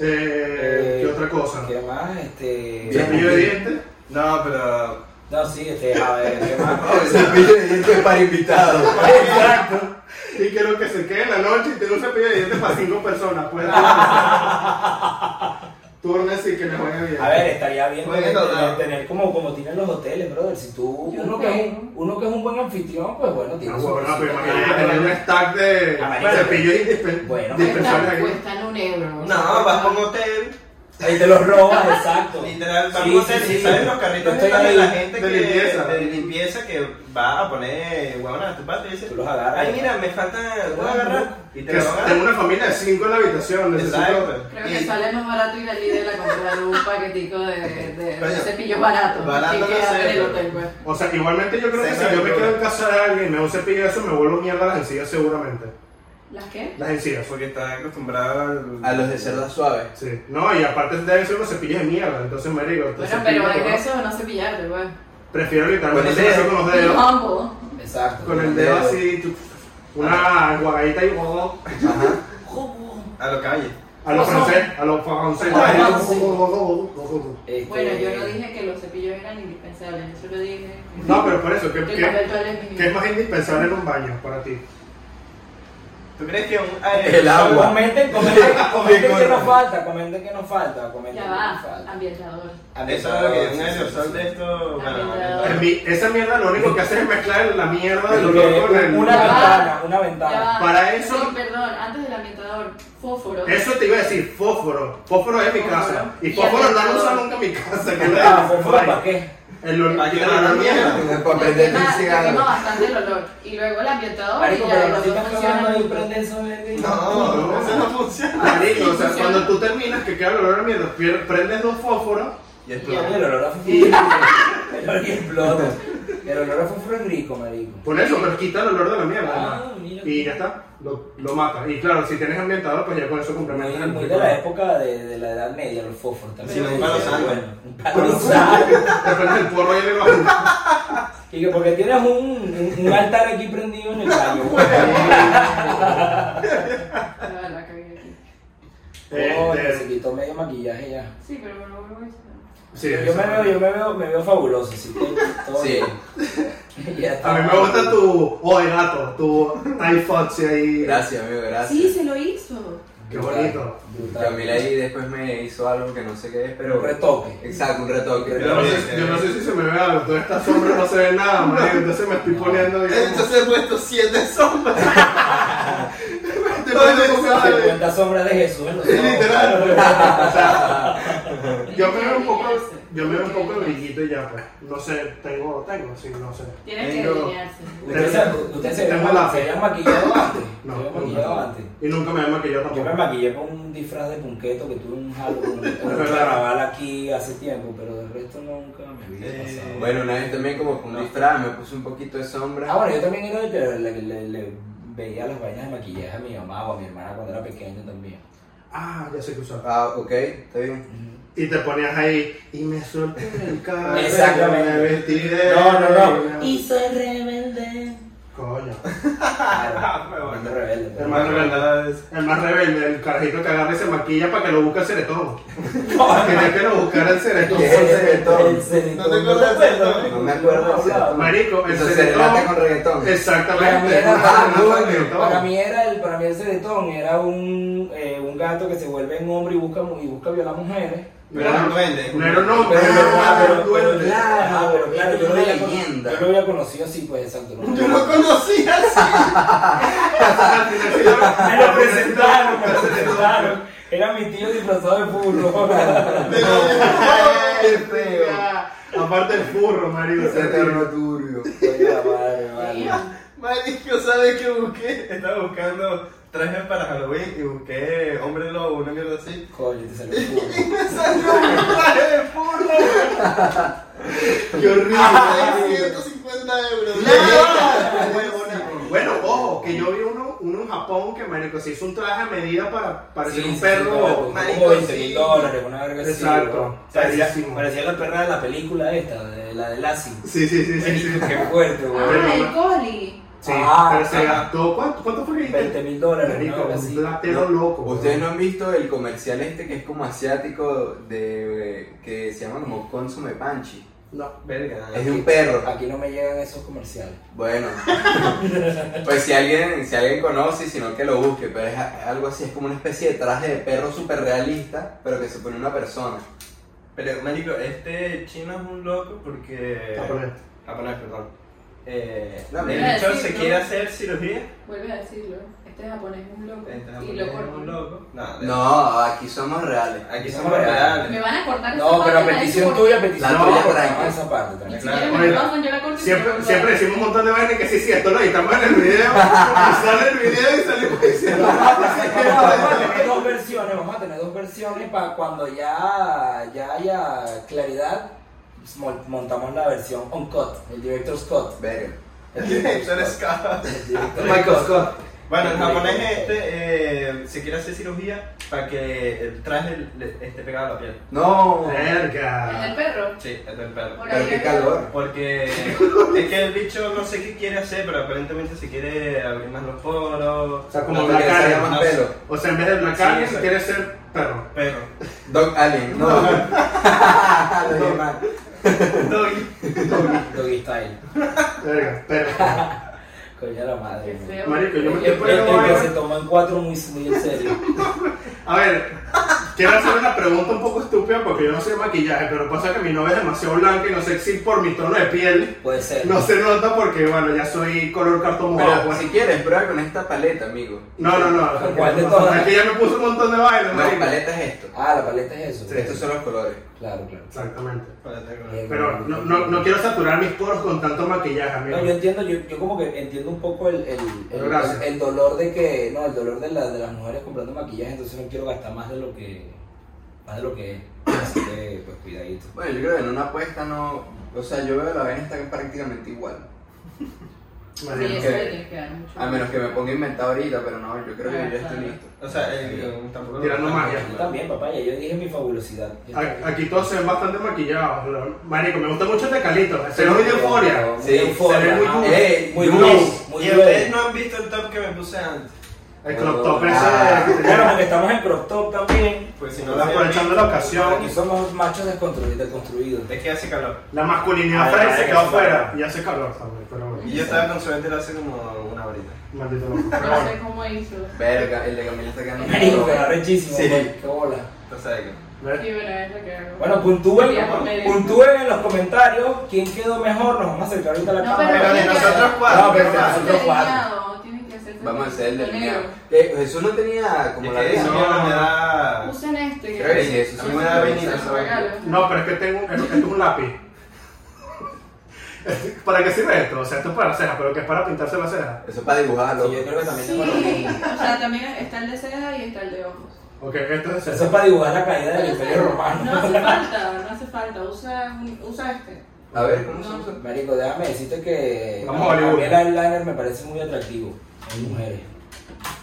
Speaker 2: Eh, ¿Qué otra cosa?
Speaker 5: ¿Qué más? Este.
Speaker 2: ¿Cepillo de dientes?
Speaker 4: No, pero.
Speaker 5: No, sí, este, a ver, ¿qué más?
Speaker 1: Cepillo de dientes para invitados.
Speaker 2: Exacto. Y que lo que se quede en la noche y tengo un cepillo de dientes para cinco personas. Pues turnes y que les vaya bien.
Speaker 5: A ver, estaría bien
Speaker 4: Bueno,
Speaker 5: tener-
Speaker 4: no.
Speaker 5: tener como, como tienen los hoteles, brother. Si tú,
Speaker 3: Yo
Speaker 5: uno
Speaker 3: no
Speaker 5: que, es
Speaker 3: tengo.
Speaker 5: un, uno que es un buen anfitrión, pues bueno, tiene
Speaker 2: Ah, No,
Speaker 5: su
Speaker 2: bueno, pero
Speaker 5: cosita.
Speaker 2: imagínate tener un stack de
Speaker 5: Amarillo.
Speaker 2: cepillos indispen-
Speaker 5: Bueno.
Speaker 2: dispensables
Speaker 3: Cuestan,
Speaker 2: aquí.
Speaker 3: cuestan un euro. o sea,
Speaker 4: No, vas
Speaker 3: cuestan-
Speaker 4: a un hotel.
Speaker 5: Ahí te los robas, exacto.
Speaker 4: Literal, vas a
Speaker 5: Sí,
Speaker 4: un hotel
Speaker 5: sí,
Speaker 4: y
Speaker 5: sí.
Speaker 4: salen los
Speaker 5: Yo
Speaker 4: carritos
Speaker 5: estoy
Speaker 4: están de
Speaker 5: ahí,
Speaker 4: la gente
Speaker 2: de
Speaker 4: que-
Speaker 2: limpieza.
Speaker 4: de limpieza que va a poner huevonas a tu pato y dice:
Speaker 5: Tú los agarras.
Speaker 4: Ay, mira, me falta. Voy a agarrar. Y te
Speaker 2: Que
Speaker 4: lo
Speaker 2: tengo
Speaker 4: agarras.
Speaker 2: una familia de cinco en la habitación. Necesito.
Speaker 4: Exacto.
Speaker 3: Creo que
Speaker 4: Y-
Speaker 3: sale más barato ir al Lidl a comprar un paquetico de, de, de
Speaker 4: Coño,
Speaker 3: cepillos baratos.
Speaker 4: barato
Speaker 3: que
Speaker 4: no
Speaker 3: quedan en
Speaker 4: sé,
Speaker 3: el
Speaker 4: pero-
Speaker 3: hotel, pues.
Speaker 2: O sea, igualmente yo creo que
Speaker 4: Se
Speaker 2: si
Speaker 4: sabe
Speaker 2: yo me
Speaker 4: todo.
Speaker 2: quedo en casa de alguien y me da un cepillo de eso, me vuelvo mierda las encías seguramente.
Speaker 3: ¿Las qué?
Speaker 2: Las encías. pues,
Speaker 4: Porque está acostumbrado al-
Speaker 1: A los de cerdas suaves.
Speaker 2: Sí. No, y aparte deben ser unos cepillos de mierda. Entonces, marico, te
Speaker 3: Bueno,
Speaker 2: cepillo,
Speaker 3: pero hay
Speaker 2: ¿no?
Speaker 3: que eso de no cepillarte, pues.
Speaker 2: Prefiero quitarme
Speaker 1: Con el
Speaker 2: el dedo
Speaker 1: dedo.
Speaker 2: con los dedos.
Speaker 3: Humble.
Speaker 5: Exacto.
Speaker 2: Con el dedo así, tú- una enjuagadita y oh,
Speaker 4: A lo calle.
Speaker 2: a los franceses, a los
Speaker 5: Ajá,
Speaker 2: franceses.
Speaker 5: sí. Este,
Speaker 3: Bueno, yo no dije que los cepillos eran indispensables, yo solo dije
Speaker 2: No, pero por eso, ¿qué,
Speaker 3: que el
Speaker 2: qué,
Speaker 3: papel toalla es mínimo.
Speaker 2: qué es más indispensable en un baño para ti?
Speaker 4: ¿Tú crees que un
Speaker 1: El
Speaker 4: aire
Speaker 1: agua.
Speaker 5: Ah, Comenten, comenten, comenten
Speaker 1: Sí,
Speaker 5: que nos
Speaker 1: correcto.
Speaker 5: falta, comenten que nos falta, comenten
Speaker 3: Ya
Speaker 5: que nos
Speaker 3: va,
Speaker 5: falta.
Speaker 3: ambientador.
Speaker 4: Eso es lo que un
Speaker 5: Sí, sí, sí.
Speaker 4: aerosol de esto. bueno,
Speaker 3: Ambientador.
Speaker 2: En mi- esa mierda lo único que hace es mezclar la mierda del olor con Ah, el...
Speaker 5: Eh, Una
Speaker 3: Ya va.
Speaker 5: ventana, una
Speaker 3: Ya
Speaker 5: ventana.
Speaker 3: va.
Speaker 2: Para eso-
Speaker 3: Sí, perdón, antes del ambientador, fósforo.
Speaker 2: Eso te iba a decir, fósforo. Fósforo es mi casa. Y fósforo no lo usa nunca en mi casa. que no-
Speaker 5: Ah, fósforo, ¿para qué?
Speaker 2: El olor
Speaker 4: ¿Para qué
Speaker 2: de la
Speaker 4: olor?
Speaker 2: mierda.
Speaker 1: Para
Speaker 3: Te
Speaker 1: prenderte un
Speaker 3: quema- te quema
Speaker 1: cigarro.
Speaker 3: bastante el olor. Y luego el ambientador
Speaker 5: Marico,
Speaker 3: y ya
Speaker 5: pero
Speaker 3: los
Speaker 5: no
Speaker 3: dos
Speaker 5: estás cagando ahí,
Speaker 3: funcionan.
Speaker 5: prende eso, baby.
Speaker 4: No, eso no funciona.
Speaker 2: Marico, o sea, cuando tú terminas, que queda el olor a mierda, pier- prendes dos fósforos
Speaker 4: Y es
Speaker 5: Ya,
Speaker 4: todo.
Speaker 5: El olor a
Speaker 2: y...
Speaker 5: fósforo. El olor explota. El olor a fósforo es rico, marico.
Speaker 2: Por eso, pero quita el olor de la mierda.
Speaker 5: Ah,
Speaker 2: además.
Speaker 5: mira.
Speaker 2: y ya está, lo, lo mata. Y claro, si tienes ambientador, pues ya con eso
Speaker 5: Muy,
Speaker 2: complementas el
Speaker 5: muy de la época de, de la Edad Media, los fósforos también.
Speaker 4: Sí, un palo santo.
Speaker 5: Bueno, un palo santo.
Speaker 2: Te prendes el porro y le vas
Speaker 5: Y que porque tienes un, un, un altar aquí prendido en el baño.
Speaker 3: Ah, la cagué aquí.
Speaker 5: Oh,
Speaker 2: Eh,
Speaker 5: se quitó medio maquillaje ya.
Speaker 3: Sí, pero bueno, bueno, bueno.
Speaker 2: Sí,
Speaker 5: Yo me veo, yo me veo, me veo fabuloso, sí. Todo
Speaker 1: Sí.
Speaker 5: bien. Ya está.
Speaker 2: A mí me gusta tu... Oh, el gato, tu iFoxy ahí.
Speaker 1: Gracias, amigo, gracias.
Speaker 3: Sí, se lo hizo.
Speaker 2: Qué bonito.
Speaker 5: Brutal.
Speaker 1: Camila ahí después me hizo algo que no sé qué es, pero...
Speaker 5: Un retoque.
Speaker 1: Exacto, un retoque.
Speaker 2: Yo no, sé, yo no sé si se me ve algo, toda esta sombra no se ve nada, marico, entonces me estoy poniendo... digamos,
Speaker 4: Entonces he puesto siete sombras.
Speaker 2: estoy poniendo como-
Speaker 5: 50 sombras de Jesús en los ojos.
Speaker 2: Literal. Yo me veo un poco, yo me veo un poco brillito y ya, pues. No sé, tengo, tengo, sí, no sé.
Speaker 3: Tienes que
Speaker 4: Tengo-
Speaker 3: alinearse.
Speaker 5: Ustedes se- ustedes se
Speaker 2: Tengo
Speaker 5: habían ma-
Speaker 2: lápiz.
Speaker 5: se habían maquillado antes.
Speaker 2: No,
Speaker 5: se habían
Speaker 2: nunca.
Speaker 5: maquillado antes.
Speaker 2: Y nunca me he maquillado
Speaker 5: Yo me
Speaker 2: tampoco.
Speaker 5: maquillé con un disfraz de punqueto que tuve un Halloween, un
Speaker 2: verdad.
Speaker 5: carnaval aquí hace tiempo, pero del resto nunca me había
Speaker 4: Eh,
Speaker 5: pasado.
Speaker 1: Bueno, una vez también como con un disfraz, me puse un poquito de sombra.
Speaker 5: Ah, bueno, yo también era el que le, le- le veía las vainas de maquillaje a mi mamá o a mi hermana cuando era pequeño también.
Speaker 2: Ah, ya sé que usaba.
Speaker 1: Ah, ok, está bien.
Speaker 2: Y te ponías ahí, y me suelto el carro.
Speaker 5: Exactamente.
Speaker 2: Me vestiré.
Speaker 5: No, no,
Speaker 2: Y-
Speaker 5: soy rebelde.
Speaker 2: Coño.
Speaker 5: Claro,
Speaker 4: Pero bueno.
Speaker 5: hermano rebelde. pero-
Speaker 2: Hermano
Speaker 4: Hermano, ¿verdad? Es-
Speaker 2: El más rebelde, el carajito que agarra y se maquilla para que lo busque el ceretón.
Speaker 5: No,
Speaker 2: Tenía que lo buscara el ceretón.
Speaker 1: ¿Qué? es el reggaetón?
Speaker 5: El ceretón,
Speaker 4: No te
Speaker 5: ¿no
Speaker 4: acuerdas del
Speaker 5: acuerdas?
Speaker 4: ceretón?
Speaker 1: No me acuerdo del ceretón.
Speaker 2: Marico, el
Speaker 1: Entonces, se
Speaker 2: ceretón.
Speaker 1: con reggaetón.
Speaker 5: Para mí
Speaker 2: Exactamente.
Speaker 5: era-
Speaker 2: Ah,
Speaker 1: coño.
Speaker 2: ceretón.
Speaker 5: Para mí era el, para mí el ceretón era un, eh, un gato que se vuelve un hombre y busca, mu- y busca violar mujeres.
Speaker 4: Pero era un duende.
Speaker 2: No era un hombre.
Speaker 5: Pero,
Speaker 2: era
Speaker 5: ah, pero,
Speaker 2: un duende.
Speaker 5: pero- ah, pero claro, yo lo
Speaker 1: Una
Speaker 5: había, con-
Speaker 1: leyenda.
Speaker 5: yo lo había conocido así, pues exacto. ¿no?
Speaker 4: Yo lo conocía
Speaker 5: Me lo presentaron, me lo presentaron. Era mi tío disfrazado de furro.
Speaker 2: Ay,
Speaker 1: Qué feo.
Speaker 2: Aparte el furro, marico.
Speaker 1: Se te armó turbio.
Speaker 5: Oiga, madre, vale.
Speaker 3: Ah,
Speaker 4: Marico, ¿sabes qué busqué? Estaba buscando trajes para Halloween y busqué hombre lobo, una mierda así.
Speaker 5: Coño, te salió el furro.
Speaker 4: Me salió un traje de furro
Speaker 2: Qué horrible.
Speaker 4: de 150 euros.
Speaker 2: Bueno, ojo, que yo vi uno, uno en Japón que, marico, se hizo un traje a medida para parecer
Speaker 5: Sí,
Speaker 2: un
Speaker 5: sí,
Speaker 2: perro.
Speaker 5: como
Speaker 4: marico,
Speaker 5: 20 mil
Speaker 4: sí.
Speaker 5: dólares, una verga así,
Speaker 2: Exacto.
Speaker 5: weón. Parecía,
Speaker 2: Carísimo.
Speaker 5: parecía la perra de la película esta, de, la de Lassie.
Speaker 2: Sí, sí, sí, sí. sí.
Speaker 5: Qué fuerte, weón.
Speaker 3: Ah, el coli.
Speaker 2: Sí,
Speaker 5: Ah,
Speaker 2: pero se
Speaker 5: ah.
Speaker 2: gastó. ¿Cuánto, cuánto fue que
Speaker 5: 20 mil dólares, una
Speaker 2: Marico,
Speaker 5: verga así.
Speaker 2: un platero loco.
Speaker 1: Ustedes no han visto el comercial este que es como asiático de que se llama como Consume Panchi.
Speaker 2: No.
Speaker 4: Verga.
Speaker 1: Es de un perro.
Speaker 5: Aquí Ah. no me llegan esos comerciales.
Speaker 1: Bueno, pues si alguien, si alguien conoce, sino que lo busque, pero es a- algo así, es como una especie de traje de perro súper realista, pero que se pone una persona.
Speaker 4: Pero, marico, este chino es un loco porque...
Speaker 2: Japonés.
Speaker 4: Japonés, perdón. Eh,
Speaker 1: No,
Speaker 4: el
Speaker 3: iba a
Speaker 4: bicho
Speaker 3: decir,
Speaker 4: se
Speaker 3: ¿no?
Speaker 4: quiere hacer cirugía.
Speaker 3: Vuelve a decirlo. Este japonés es un loco.
Speaker 4: Este
Speaker 3: y
Speaker 4: japonés
Speaker 3: lo
Speaker 4: es un
Speaker 3: corto.
Speaker 4: loco. No, de-
Speaker 1: No, aquí somos reales.
Speaker 4: aquí somos reales.
Speaker 3: Me van a cortar esa
Speaker 5: Ah, No, pero a
Speaker 3: parte, nadie
Speaker 5: petición
Speaker 3: corta.
Speaker 5: tuya, petición
Speaker 1: La
Speaker 5: tuya,
Speaker 1: tuya,
Speaker 5: por
Speaker 1: tranqui.
Speaker 5: favor, esa parte. tranqui.
Speaker 3: Ni
Speaker 4: Claro.
Speaker 3: siquiera me
Speaker 2: Oiga,
Speaker 3: lo pasan, yo la corto y se
Speaker 2: Siempre,
Speaker 3: la
Speaker 2: siempre
Speaker 3: vuelvo
Speaker 2: decimos un montón de vainas que sí, sí, esto lo editamos en el video. Y sale el video y salimos diciendo.
Speaker 5: Vamos a tener dos versiones, vamos a tener dos versiones para cuando ya, ya haya claridad, mo- montamos la versión on cut, el director Scott.
Speaker 1: Verga.
Speaker 5: El
Speaker 4: Director
Speaker 5: director
Speaker 4: Scott.
Speaker 5: El director
Speaker 2: Michael Scott.
Speaker 4: Bueno, el japonés este eh, se quiere hacer cirugía para que el traje le- esté pegado a la piel.
Speaker 1: No,
Speaker 3: a- ¿El del
Speaker 2: Verga.
Speaker 3: perro?
Speaker 4: Sí, el del perro.
Speaker 3: Por
Speaker 1: pero
Speaker 3: ahí
Speaker 1: qué
Speaker 3: había-
Speaker 1: calor.
Speaker 4: Porque es que el bicho no sé qué quiere hacer, pero aparentemente se quiere abrir más los poros.
Speaker 2: O sea, como
Speaker 1: No, que
Speaker 2: Black
Speaker 1: le salga
Speaker 2: Alien.
Speaker 1: más
Speaker 4: no
Speaker 1: pelo.
Speaker 2: O sea, en vez de Black
Speaker 4: Sí,
Speaker 2: Alien,
Speaker 4: exacto.
Speaker 2: quiere ser perro.
Speaker 4: Perro.
Speaker 1: Dog Alien, no. Lo dije mal.
Speaker 4: Doggy.
Speaker 5: Doggy Style.
Speaker 2: Verga, perro.
Speaker 5: Coño la madre.
Speaker 3: Qué
Speaker 5: ¿no?
Speaker 3: feo.
Speaker 2: Marico, yo me
Speaker 5: El,
Speaker 2: estoy
Speaker 5: el- el
Speaker 2: poniendo
Speaker 5: que se
Speaker 2: vaina.
Speaker 5: tomó en cuatro muy, muy en serio.
Speaker 2: A ver, quiero hacer una pregunta un poco estúpida porque yo no sé de maquillaje, pero pasa que mi novia es demasiado blanca y no sé si por mi tono de piel
Speaker 5: Puede ser.
Speaker 2: no se nota porque, bueno, ya soy color cartón mojado.
Speaker 1: Pero
Speaker 2: pues.
Speaker 1: si quieres, prueba con esta paleta, amigo.
Speaker 2: No, no, no.
Speaker 5: ¿Con
Speaker 2: no,
Speaker 5: cuál de
Speaker 2: no,
Speaker 5: todas?
Speaker 2: Es que ya me puso un montón de bailes,
Speaker 1: No,
Speaker 2: marico.
Speaker 1: paleta es esto.
Speaker 5: Ah, la paleta es eso.
Speaker 2: Sí.
Speaker 1: Estos son los colores.
Speaker 5: Claro, claro.
Speaker 2: Exactamente.
Speaker 5: Eh,
Speaker 2: Pero no, no, no quiero saturar mis poros con tanto maquillaje,
Speaker 5: No, yo
Speaker 2: amigo.
Speaker 5: entiendo, yo, yo como que entiendo un poco el, el,
Speaker 2: Pero
Speaker 5: el-
Speaker 2: gracias.
Speaker 5: el dolor de que, no, el dolor de, la- de las mujeres comprando maquillaje, entonces no quiero gastar más de lo que, más de lo que es. Así que, pues cuidadito.
Speaker 1: Bueno, yo creo que en una apuesta no. O sea, yo veo la vaina está prácticamente igual.
Speaker 3: Sí,
Speaker 2: Marico.
Speaker 3: eso le tienes que dar mucho.
Speaker 1: A menos que me ponga a inventar ahorita, pero no, yo creo que yo ya estoy listo.
Speaker 4: O sea, el, tampoco.
Speaker 2: Tirando magia.
Speaker 5: Yo también, papá, ya yo dije mi fabulosidad.
Speaker 2: A- Aquí todos se ven bastante maquillados. lo- Marico, me gusta mucho este calito. Se ve muy de euforia.
Speaker 5: Muy
Speaker 1: Sí,
Speaker 5: euforia.
Speaker 2: se ve muy
Speaker 5: ajá. Eh,
Speaker 2: cool.
Speaker 1: Ey,
Speaker 5: muy
Speaker 1: yo-
Speaker 5: blues, muy
Speaker 4: Y
Speaker 5: blues.
Speaker 4: ustedes no han visto el top que me puse antes.
Speaker 2: El crop top
Speaker 1: Ah.
Speaker 2: ese.
Speaker 5: Claro, porque estamos en crop top también.
Speaker 4: Pues si no lo habían
Speaker 2: Aprovechando la
Speaker 4: visto,
Speaker 2: ocasión,
Speaker 5: Aquí somos machos desconstru- desconstruidos.
Speaker 4: Es que hace calor.
Speaker 2: la masculinidad
Speaker 5: Ay,
Speaker 2: frágil
Speaker 5: ay,
Speaker 2: se quedó
Speaker 5: ay,
Speaker 2: afuera. Y hace calor también, pero bueno.
Speaker 4: Y yo estaba con su ventero hace como una horita.
Speaker 2: Maldito loco. Pero
Speaker 3: No
Speaker 2: bueno.
Speaker 3: sé cómo hizo.
Speaker 1: Verga, el de Camila está quedando.
Speaker 5: Marico, pero rechísimo,
Speaker 1: Sí.
Speaker 5: güey, qué bola.
Speaker 4: Entonces, ¿de qué?
Speaker 2: ¿Ves?
Speaker 3: Sí, bueno, es lo que hago.
Speaker 5: Bueno, puntúen,
Speaker 3: Quería poner eso.
Speaker 5: puntúen en los comentarios quién quedó mejor. Nos vamos a acercar ahorita a la
Speaker 3: No,
Speaker 5: cámara.
Speaker 4: Pero de nosotros
Speaker 5: No,
Speaker 4: cuatro.
Speaker 5: pero
Speaker 4: ¿verdad?
Speaker 5: nosotros- otro cuadro.
Speaker 3: Delineado, tiene que hacerse
Speaker 1: Vamos a hacer el
Speaker 3: con negro.
Speaker 1: delineado. Eh, Jesús no tenía como
Speaker 4: Es
Speaker 1: la
Speaker 4: que eso
Speaker 1: vida.
Speaker 4: me da.
Speaker 3: Usen este.
Speaker 1: Creo que sí, sí, eso
Speaker 4: A
Speaker 1: sí.
Speaker 4: mí me da
Speaker 1: sí,
Speaker 4: vainilla,
Speaker 1: sí,
Speaker 4: esa
Speaker 1: sí.
Speaker 4: vaina.
Speaker 2: No, pero es que tengo esto es un lápiz. ¿Para qué sirve esto? O sea, esto es para la ceja, pero que es para pintarse la ceja.
Speaker 1: Eso es para dibujarlo.
Speaker 5: yo creo que también
Speaker 3: Sí,
Speaker 5: tengo lo mismo.
Speaker 3: o sea, también está el de ceja y está el de ojos.
Speaker 2: Ok, esto es
Speaker 5: Eso es
Speaker 2: ceja.
Speaker 5: para dibujar la caída del
Speaker 3: No
Speaker 5: imperio romano.
Speaker 3: hace falta, no hace falta. Usa, un- usa este.
Speaker 1: A ver, ¿cómo se usa?
Speaker 5: Marico, déjame decirte que
Speaker 2: Vamos a Hollywood.
Speaker 5: mí el eyeliner me parece muy atractivo en mujeres.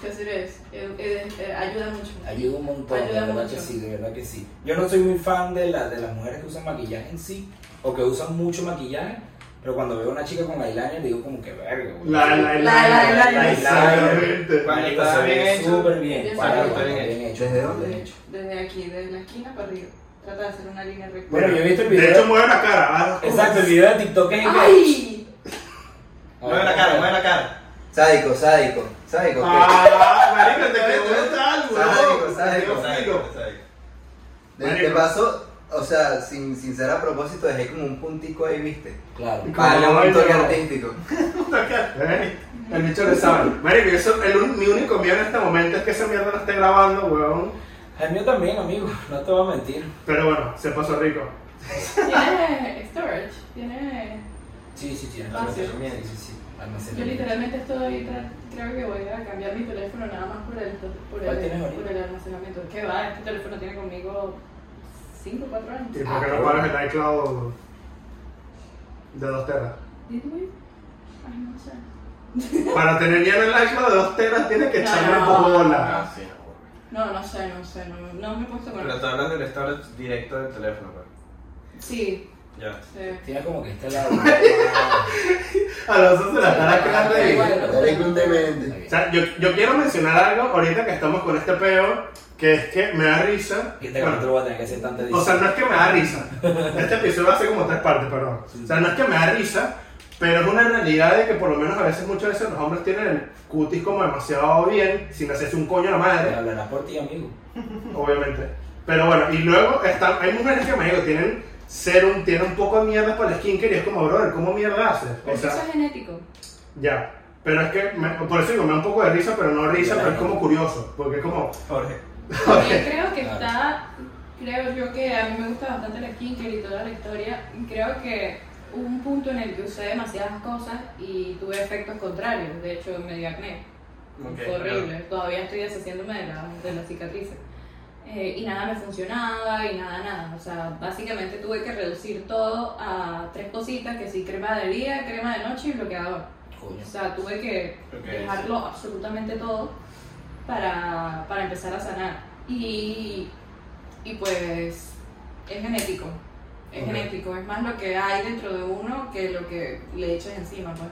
Speaker 3: ¿Qué sirves? Eh, eh, eh, ayuda mucho.
Speaker 5: Ayuda un montón,
Speaker 3: Ayuda
Speaker 5: de verdad
Speaker 3: mucho.
Speaker 5: que sí, de verdad que sí. Yo no soy muy fan de, la- de las mujeres que usan maquillaje en sí, o que usan mucho maquillaje, pero cuando veo a una chica con eyeliner digo como que verga, güey.
Speaker 2: La, la, la,
Speaker 3: La- la- la- la-
Speaker 2: Exactamente.
Speaker 4: Cuando
Speaker 5: Marico,
Speaker 4: está
Speaker 5: se ve
Speaker 4: bien hecho,
Speaker 5: súper bien.
Speaker 3: bien
Speaker 5: para,
Speaker 3: hecho.
Speaker 5: cuando
Speaker 4: Bien
Speaker 5: bien hecho.
Speaker 1: ¿Desde
Speaker 5: cuando
Speaker 1: dónde?
Speaker 5: bien hecho.
Speaker 3: Desde aquí, desde la esquina para arriba. Trata de hacer una línea recta.
Speaker 5: Bueno, yo he visto el
Speaker 2: De hecho,
Speaker 5: video.
Speaker 2: mueve la cara. ah,
Speaker 5: Exacto, el video de TikTok es
Speaker 3: ¡Ay!
Speaker 4: Mueve la cara, mueve la cara.
Speaker 1: Sádico, sádico, sádico.
Speaker 2: Ah, marico, te quedó tal,
Speaker 1: Sádico,
Speaker 2: weón. Te quedó
Speaker 1: sádico,
Speaker 2: sádico.
Speaker 1: ¿qué? De, de
Speaker 2: marico.
Speaker 1: paso, o sea, sin, sin ser a propósito, dejé como un puntico ahí, ¿viste?
Speaker 5: Claro.
Speaker 1: Para darle un toque
Speaker 2: no.
Speaker 1: artístico.
Speaker 2: ¿Eh? El bicho le sabe. Marico, eso, el un- mi único miedo en este momento es que esa mierda la esté grabando, weón.
Speaker 5: El mío también, amigo, no te voy a mentir.
Speaker 2: Pero bueno, se pasó rico.
Speaker 3: Tiene storage. Tiene.
Speaker 5: Sí, sí, sí.
Speaker 3: Ah, sí.
Speaker 5: almacenamiento, sí, sí, almacenamiento.
Speaker 3: Yo literalmente estoy. tra- Creo que voy a cambiar mi teléfono nada más por el, por
Speaker 5: ¿Cuál tienes
Speaker 3: el,
Speaker 5: ahorita?
Speaker 3: por el almacenamiento. ¿Qué va? Este teléfono tiene conmigo 5 o 4 años.
Speaker 2: ¿Y por
Speaker 5: Ah,
Speaker 2: qué no paras el iCloud de dos teras?
Speaker 3: ¿Did we? Ay, no sé.
Speaker 2: Para tener lleno el iCloud de dos teras tienes que echarle
Speaker 3: No.
Speaker 2: bola.
Speaker 4: Ah, sí, no, güey.
Speaker 3: No, no sé, no sé. No, no me he puesto con
Speaker 4: Pero tú hablas del storage directo del teléfono, güey.
Speaker 3: Sí,
Speaker 4: Ya.
Speaker 3: sí.
Speaker 5: Tiene como que este lado.
Speaker 2: A los dos se la están
Speaker 5: Ah,
Speaker 2: aclarando ahí.
Speaker 3: Igual.
Speaker 2: O sea, yo, yo quiero mencionar algo ahorita que estamos con este peo, que es que me da risa.
Speaker 5: Que te
Speaker 2: Bueno,
Speaker 5: lo voy a tener que hacer tanta
Speaker 2: O
Speaker 5: edición.
Speaker 2: sea, no es que me da risa. Este episodio hace como tres partes, perdón. O sea, no es que me da risa, pero es una realidad de que por lo menos a veces, muchas veces los hombres tienen el cutis como demasiado bien, sin hacerse un coño a la madre,
Speaker 5: Hablarás por ti, amigo.
Speaker 2: obviamente. Pero bueno, y luego están, hay mujeres que me digo, tienen serum, tienen un poco de mierda para el skincare y es como, brother, ¿cómo mierda haces? O
Speaker 3: Pero
Speaker 2: sea,
Speaker 3: eso es genético.
Speaker 2: ya. Pero es que, me- por eso digo, me da un poco de risa, pero no risa, pero es como curioso, porque es como...
Speaker 4: Jorge.
Speaker 3: También creo que
Speaker 5: Claro.
Speaker 3: está, creo yo que a mí me gusta bastante la skincare y toda la historia. Creo que hubo un punto en el que usé demasiadas cosas y tuve efectos contrarios. De hecho, me dio acné.
Speaker 4: Ok,
Speaker 3: Fue horrible. Todavía estoy deshaciéndome de, la, de las cicatrices. Eh, y nada me funcionaba y nada, nada. O sea, básicamente tuve que reducir todo a tres cositas, que sí, crema de día, crema de noche y bloqueador.
Speaker 5: Coño.
Speaker 3: O sea, tuve que
Speaker 4: Ok,
Speaker 3: dejarlo absolutamente todo para, para empezar a sanar. Y, y pues es genético, es
Speaker 2: Ok.
Speaker 3: genético, es más lo que hay dentro de uno que lo que le echas encima. Pues.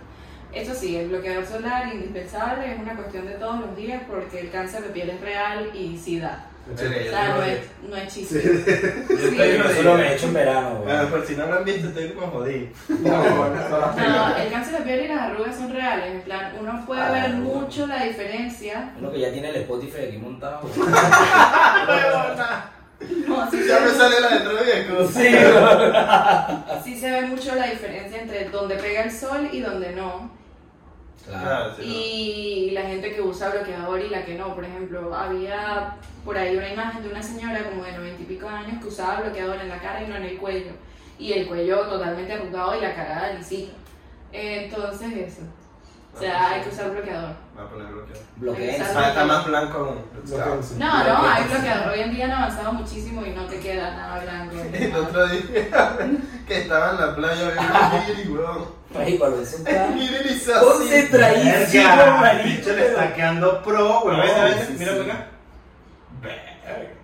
Speaker 3: Eso sí, el bloqueador solar indispensable es una cuestión de todos los días porque el cáncer de piel es real y sí da. O sea, no es, no es chiste. Sí.
Speaker 5: Yo solo me he hecho en verano, güey.
Speaker 4: Bueno, Ah, por si no lo han visto, estoy como jodido.
Speaker 3: No, el cáncer de piel y las arrugas son reales. En plan, uno puede
Speaker 5: Ah,
Speaker 3: ver
Speaker 5: no.
Speaker 3: mucho la diferencia.
Speaker 5: Uno que ya tiene el Spotify aquí montado. güey.
Speaker 3: No, sí
Speaker 4: Ya
Speaker 3: se
Speaker 4: me
Speaker 3: ve
Speaker 4: sale la dentro viejo.
Speaker 5: Sí, güey.
Speaker 3: Sí se ve mucho la diferencia entre donde pega el sol y donde no.
Speaker 5: Claro.
Speaker 4: Ah,
Speaker 3: Y la gente que usa bloqueador y la que no. Por ejemplo, había por ahí una imagen de una señora como de noventa y pico de años que usaba bloqueador en la cara y no en el cuello. Y el cuello totalmente arrugado y la cara lisita. Entonces eso. O sea, hay que usar bloqueador.
Speaker 4: Voy a poner bloqueado.
Speaker 5: Bloqueen.
Speaker 3: Exacto.
Speaker 4: Ah, está más blanco aún.
Speaker 3: No, no, hay bloqueador. Hoy en día han avanzado muchísimo y no te queda nada blanco.
Speaker 4: El otro día que estaba en la playa viendo un nigiri, weón.
Speaker 5: Marico, lo hizo
Speaker 4: El
Speaker 5: un
Speaker 4: nigiri hizo
Speaker 5: Ponte
Speaker 4: así.
Speaker 5: traído,
Speaker 2: El
Speaker 5: marico.
Speaker 2: bicho le está quedando pro,
Speaker 4: Bueno,
Speaker 2: weón.
Speaker 4: ves, a
Speaker 5: Sí,
Speaker 4: veces, mira
Speaker 5: sí.
Speaker 4: para acá.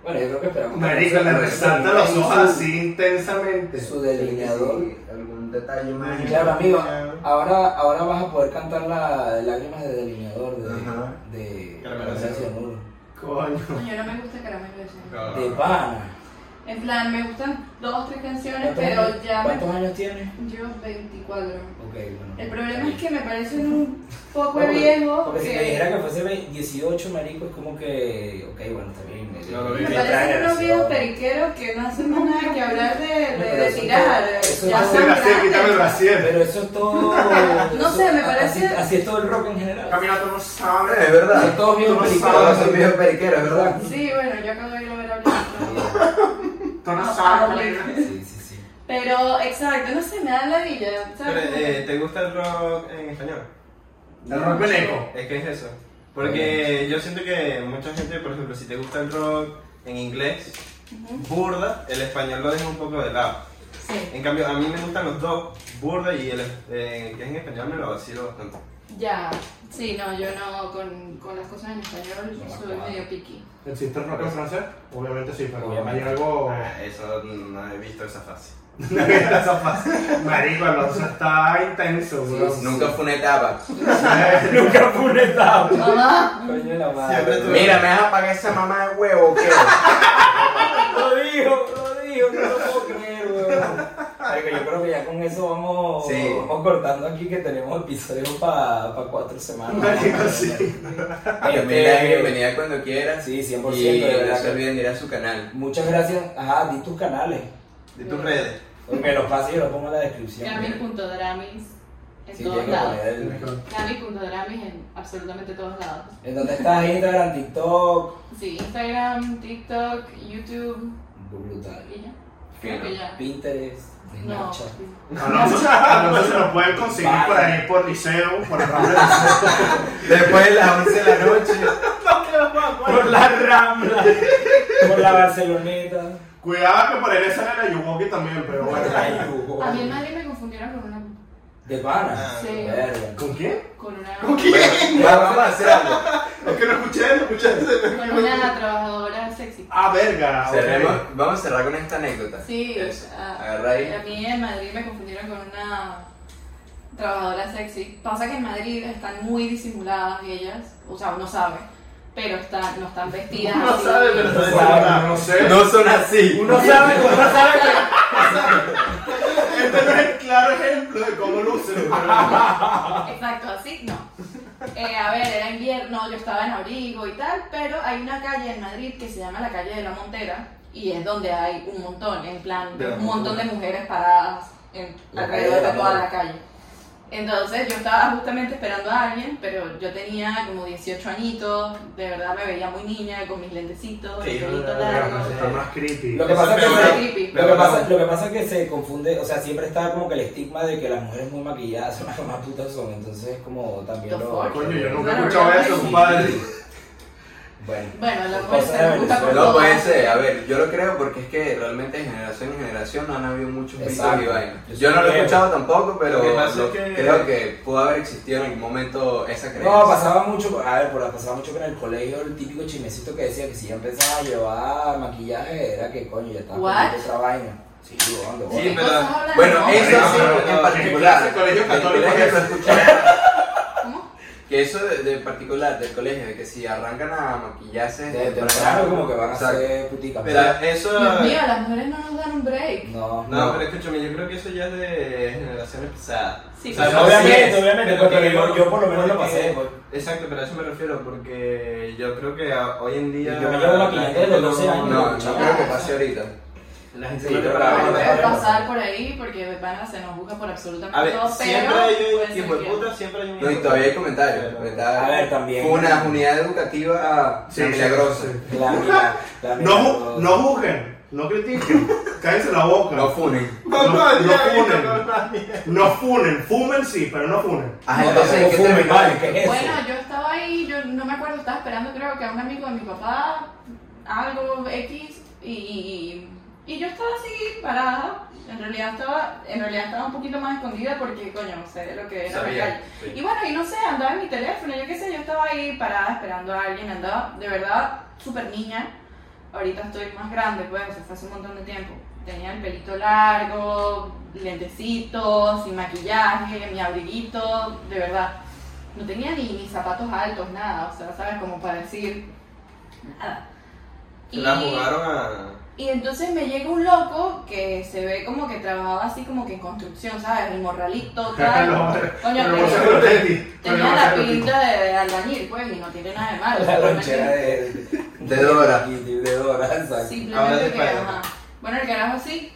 Speaker 5: Bueno, yo creo que esperamos. que
Speaker 2: Marico, le
Speaker 5: no se-
Speaker 2: resalta los ojos así intensamente.
Speaker 5: Su delineador.
Speaker 1: Sí, algún detalle más.
Speaker 5: Claro, amigo. Ahora, ahora vas a poder cantar la lágrimas de delineador
Speaker 1: Ajá.
Speaker 5: de, de
Speaker 4: Caramelo
Speaker 5: Caramelo
Speaker 4: Cianuro.
Speaker 5: Cianuro.
Speaker 2: Coño.
Speaker 3: Coño, no me gusta el caramelo de sol.
Speaker 4: Claro.
Speaker 5: De pana.
Speaker 3: En plan, me gustan dos o tres canciones,
Speaker 5: ¿Cuántos
Speaker 3: pero
Speaker 5: años-
Speaker 3: ya me
Speaker 5: ¿Cuántos años tienes?
Speaker 3: Yo 24.
Speaker 5: Ok, bueno.
Speaker 3: El problema es que me parecen un poco
Speaker 5: Bueno, porque-
Speaker 3: viejo.
Speaker 5: Porque si me
Speaker 3: Que
Speaker 5: dijera que fuese ve- 18, marico, es como que. Ok, bueno, está bien. eh,
Speaker 4: No, no,
Speaker 5: eh,
Speaker 3: me
Speaker 4: que
Speaker 5: trae
Speaker 3: parecen unos
Speaker 5: relación.
Speaker 3: viejos periqueros que no hacen más nada que hablar de, de,
Speaker 5: Pero
Speaker 3: de
Speaker 5: eso-
Speaker 3: tirar. eh,
Speaker 5: eso
Speaker 3: Ya
Speaker 5: no
Speaker 2: Así,
Speaker 5: se
Speaker 3: son
Speaker 2: así, quítame el
Speaker 3: grandes.
Speaker 2: brasier.
Speaker 5: Pero eso es todo. eso-
Speaker 3: sé, me
Speaker 5: a-
Speaker 3: parece-
Speaker 5: Así, así es todo el rock en general.
Speaker 2: Camila, tú no sabes.
Speaker 1: Es verdad.
Speaker 5: Son todos viejos
Speaker 2: No
Speaker 5: periqueros.
Speaker 2: sabes,
Speaker 1: son viejos periqueros,
Speaker 5: ¿verdad?
Speaker 1: ¿verdad?
Speaker 3: Sí, bueno, yo yo acabo de ir a ver ahorita.
Speaker 2: Tú no
Speaker 3: Ah,
Speaker 2: sabes,
Speaker 3: ok.
Speaker 2: Malena.
Speaker 5: Sí, sí, sí.
Speaker 3: Pero, exacto, no sé, me da la villa,
Speaker 4: Pero,
Speaker 3: ¿sabes?
Speaker 4: eh, ¿Te gusta el rock en español?
Speaker 2: El rock veneco.
Speaker 4: Es que es eso. Porque yo siento que mucha gente, por ejemplo, si te gusta el rock en inglés, burda, el español lo deja un poco de lado.
Speaker 3: Sí,
Speaker 4: En cambio, a mí me gustan los dos, burda y el eh, que es en español me lo vacilo bastante.
Speaker 3: ya. Sí, no, yo no, con, con las cosas en español
Speaker 5: No,
Speaker 3: soy
Speaker 5: claro.
Speaker 3: medio piqui.
Speaker 2: ¿Existe el rock en francés? Obviamente sí, pero
Speaker 5: Obviamente.
Speaker 2: hay algo...
Speaker 4: Ah, Eso no he visto esa fase.
Speaker 2: Esa fase. Marico, Alonso está intenso, bro.
Speaker 1: Nunca fue una etapa.
Speaker 2: Este-
Speaker 5: Nunca fue un etapa.
Speaker 3: Mamá,
Speaker 5: Coño de la madre.
Speaker 4: Siempre tuve-
Speaker 1: Mira, ¿me vas a pagar esa mamá de huevo o qué?
Speaker 5: Lo dijo, lo dijo, no lo puedo creer, weón. Marico, yo creo que ya con eso vamos,
Speaker 4: Sí.
Speaker 5: vamos cortando aquí que tenemos episodios para cuatro semanas. Este,
Speaker 2: Marico, sí.
Speaker 1: A mí me dan bienvenida cuando quieran.
Speaker 5: Sí, 100%,
Speaker 1: eh, Y
Speaker 5: de
Speaker 1: no
Speaker 5: verdad.
Speaker 1: se olviden de ir a su canal.
Speaker 5: Muchas gracias. Ajá, di tus canales.
Speaker 4: De tus redes.
Speaker 5: Me los paso y yo los pongo en la descripción.
Speaker 3: Grammy.dramis en
Speaker 5: Sí,
Speaker 3: todos
Speaker 5: tiene que
Speaker 3: lados.
Speaker 5: poner el-
Speaker 3: Grammy.dramis en absolutamente todos lados.
Speaker 5: ¿En dónde estás? Instagram, TikTok.
Speaker 3: Sí, Instagram, TikTok, YouTube
Speaker 5: Brutal.
Speaker 3: y ya.
Speaker 1: Fino.
Speaker 3: Creo que ya.
Speaker 5: Pinterest,
Speaker 3: No.
Speaker 5: Snapchat.
Speaker 2: Alonso, Alonso se lo pueden conseguir por ahí, por Liceo, por el Ramón de Liceo.
Speaker 1: Después de las 11 de la noche.
Speaker 5: Por la Rambla. Por la Barceloneta.
Speaker 2: Cuidado que por ahí le sale la Yuwoki también, pero bueno.
Speaker 3: A mí en Madrid me confundieron con una.
Speaker 5: De pana.
Speaker 4: Ah,
Speaker 3: Sí,
Speaker 5: Verga.
Speaker 2: ¿Con quién?
Speaker 3: con una.
Speaker 1: Bueno, va- vamos a hacer algo.
Speaker 2: Es que no escuché, no escuché.
Speaker 3: Con una trabajadora sexy.
Speaker 2: Ah, verga. ok.
Speaker 1: Cerremos- Vamos a cerrar con esta anécdota.
Speaker 3: Sí,
Speaker 1: Eso.
Speaker 3: ah,
Speaker 1: Agarra ahí.
Speaker 3: a mí en Madrid me confundieron con una trabajadora sexy. Pasa que en Madrid están muy disimuladas ellas, o sea, uno sabe, pero están, no están vestidas.
Speaker 2: No
Speaker 3: así.
Speaker 2: sabe, pero no
Speaker 5: sabe.
Speaker 2: sabe. No sé.
Speaker 1: No son así.
Speaker 5: Uno sabe, uno sabe que.
Speaker 2: Este no es el claro ejemplo de cómo lucen.
Speaker 3: Exacto, así no. Eh, a ver, era invierno, yo estaba en abrigo y tal, pero hay una calle en Madrid que se llama la calle de la Montera y es donde hay un montón, en plan,
Speaker 4: De la
Speaker 3: un montón
Speaker 4: Montera.
Speaker 3: de mujeres paradas en-
Speaker 5: La
Speaker 3: alrededor
Speaker 5: calle de la
Speaker 3: de toda la
Speaker 5: Montera.
Speaker 3: calle. Entonces yo estaba justamente esperando a alguien, pero yo tenía como 18 añitos, de verdad me veía muy niña, con mis lentecitos,
Speaker 4: Sí,
Speaker 3: el pelito largo.
Speaker 2: Verga, Está más creepy.
Speaker 5: Lo que pasa es que,
Speaker 4: Pero-
Speaker 5: se-
Speaker 4: pero-
Speaker 5: lo, que pasa, lo que pasa es que se confunde, o sea, siempre está como que el estigma de que las mujeres muy maquilladas son las que más putas son, entonces como también
Speaker 3: The
Speaker 5: lo...
Speaker 3: fuck?
Speaker 2: Coño, yo
Speaker 3: no-
Speaker 2: nunca he escuchado eso, compadre.
Speaker 5: Bueno,
Speaker 3: Bueno, la
Speaker 5: Son
Speaker 3: mujer
Speaker 5: cosas
Speaker 3: se
Speaker 5: de
Speaker 3: gusta por
Speaker 5: Venezuela.
Speaker 1: No
Speaker 3: todas.
Speaker 1: puede ser, a ver, yo lo creo porque es que realmente de generación en generación no han habido muchos vídeos y
Speaker 5: Exacto.
Speaker 1: vainas. Yo no lo he escuchado tampoco, pero
Speaker 4: Lo que pasa
Speaker 1: lo-
Speaker 4: es que-
Speaker 1: creo que pudo haber existido en algún momento esa creencia.
Speaker 5: no, pasaba mucho, a ver, por la- pasaba mucho que en el colegio el típico chismecito que decía que si ya empezaba a llevar maquillaje era que coño, ya estaba
Speaker 3: What?
Speaker 5: haciendo otra vaina. Sí, bueno,
Speaker 4: Sí,
Speaker 3: ¿Qué
Speaker 4: pero-
Speaker 3: cosas hablan?
Speaker 1: Bueno,
Speaker 3: No.
Speaker 1: eso sí,
Speaker 2: no, no,
Speaker 1: en
Speaker 2: no,
Speaker 1: particular.
Speaker 2: en colegio
Speaker 1: del
Speaker 2: católico
Speaker 1: colegio
Speaker 2: es
Speaker 1: lo
Speaker 2: eso.
Speaker 1: escuchaba,
Speaker 3: ¿Cómo?
Speaker 1: que eso de, de particular del colegio, de que si arrancan a maquillarse
Speaker 5: de
Speaker 1: desde
Speaker 5: de
Speaker 1: temprano,
Speaker 5: temprano como que van a
Speaker 1: exacto.
Speaker 5: ser puticas.
Speaker 4: Pero eso.
Speaker 3: Dios mío, las mujeres no nos dan un break.
Speaker 5: No,
Speaker 4: No, pero escúchame, yo creo que eso ya es de generaciones pasadas.
Speaker 3: Sí, pues,
Speaker 4: O sea,
Speaker 3: pero-
Speaker 4: no,
Speaker 5: Obviamente,
Speaker 4: sí es,
Speaker 5: obviamente,
Speaker 4: pero
Speaker 5: porque
Speaker 4: que
Speaker 5: yo- yo por lo menos lo
Speaker 4: porque-
Speaker 5: pasé, pues.
Speaker 4: Exacto, pero a eso me refiero, porque yo creo que a- hoy en día.
Speaker 5: Yo me llevo la clientela de
Speaker 4: gente
Speaker 5: los 12 años.
Speaker 1: No, no creo que pase ahorita.
Speaker 4: La gente
Speaker 5: Sí,
Speaker 4: no le
Speaker 5: pero
Speaker 4: para
Speaker 5: la
Speaker 4: bola.
Speaker 5: verdad-
Speaker 3: Puede pasar por ahí porque van a se nos busca por absolutamente
Speaker 4: A ver,
Speaker 3: todo, pero
Speaker 4: siempre hay
Speaker 3: puede
Speaker 4: un
Speaker 3: ser
Speaker 4: hijo de
Speaker 3: que-
Speaker 4: puta, siempre hay un
Speaker 1: pues, No, y
Speaker 4: hijo de
Speaker 1: todavía hay
Speaker 4: puta.
Speaker 1: comentarios. porque está-
Speaker 5: A ver, también.
Speaker 1: Fue una unidad educativa
Speaker 2: Sí,
Speaker 1: milagrosa.
Speaker 2: sí.
Speaker 5: la mira, la mira,
Speaker 2: No, ju- no juzguen, no critiquen, cállense la boca.
Speaker 1: No funen.
Speaker 2: No- no funen.
Speaker 4: no, no.
Speaker 2: No funen, fumen sí, pero no funen.
Speaker 1: Ah,
Speaker 5: No,
Speaker 1: entonces, ¿en
Speaker 5: tampoco
Speaker 1: ¿qué
Speaker 5: fumen,
Speaker 1: terminó
Speaker 5: vale,
Speaker 1: esto?
Speaker 5: ¿qué es eso?
Speaker 3: Bueno, yo estaba ahí, yo no me acuerdo, estaba esperando creo que a un amigo de mi papá, algo X, y, y, y yo estaba así parada. En realidad estaba, en realidad estaba un poquito más escondida porque coño, no sé lo que era la
Speaker 4: Sabía,
Speaker 3: calle.
Speaker 4: sí.
Speaker 3: Y bueno, y no sé, andaba en mi teléfono, yo qué sé, yo estaba ahí parada esperando a alguien, andaba de verdad súper niña. Ahorita estoy más grande, pues, o sea, fue hace un montón de tiempo. Tenía el pelito largo, lentecitos, sin maquillaje, mi abriguito, de verdad. No tenía ni, ni zapatos altos, nada, o sea, ¿sabes? Como para decir nada.
Speaker 4: La jugaron a.
Speaker 3: Y entonces me llega un loco que se ve como que trabajaba así como que en construcción, ¿sabes? El morralito,
Speaker 2: No,
Speaker 3: tal.
Speaker 2: pero
Speaker 3: Coño, tenía-
Speaker 2: vos sabés lo que es ti, pero
Speaker 3: tenía
Speaker 2: vos
Speaker 3: la
Speaker 2: sabés lo que es ti.
Speaker 3: pinta de, de albañil, pues, y no tiene nada de
Speaker 5: La
Speaker 3: malo. simplemente-
Speaker 5: lonchera de,
Speaker 1: De Dora.
Speaker 5: De Dora, exacto.
Speaker 4: Ahora de
Speaker 3: Simplemente que,
Speaker 4: espalda.
Speaker 3: ajá. Bueno, el carajo así.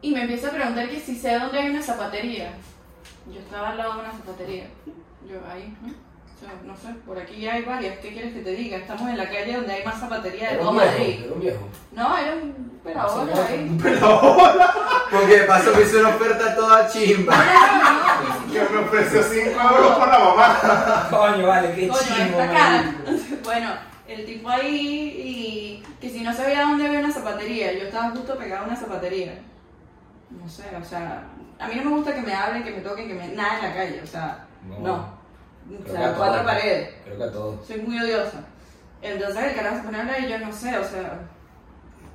Speaker 3: Y me empieza a preguntar que si sé dónde hay una zapatería. Yo estaba al lado de una zapatería. Yo ahí. ¿no? Yo no sé, por aquí hay varias. ¿Qué quieres que te diga? Estamos en la calle donde hay más zapatería de
Speaker 5: Era
Speaker 3: todo
Speaker 5: un viejo,
Speaker 3: Madrid.
Speaker 5: era un viejo.
Speaker 3: No, era un
Speaker 5: Sí,
Speaker 3: operador
Speaker 5: no,
Speaker 3: ahí.
Speaker 1: Porque de paso me hizo una oferta toda chimba.
Speaker 3: No, no, no.
Speaker 2: Que me ofreció 5 euros por la mamá.
Speaker 5: Coño, vale, qué
Speaker 3: Coño,
Speaker 5: chingo.
Speaker 3: esta cara.
Speaker 5: marico.
Speaker 3: Bueno, el tipo ahí y que si no sabía dónde había una zapatería, yo estaba justo pegada a una zapatería. No sé, o sea, a mí no me gusta que me hablen, que me toquen, que me nada en la calle, o sea,
Speaker 5: No.
Speaker 3: no. O
Speaker 5: Creo que
Speaker 3: sea,
Speaker 5: a
Speaker 3: cuatro
Speaker 5: todos.
Speaker 3: paredes.
Speaker 5: Creo que a todos.
Speaker 3: Soy muy odiosa. Entonces el carajo se pone a hablar y yo no sé, o sea,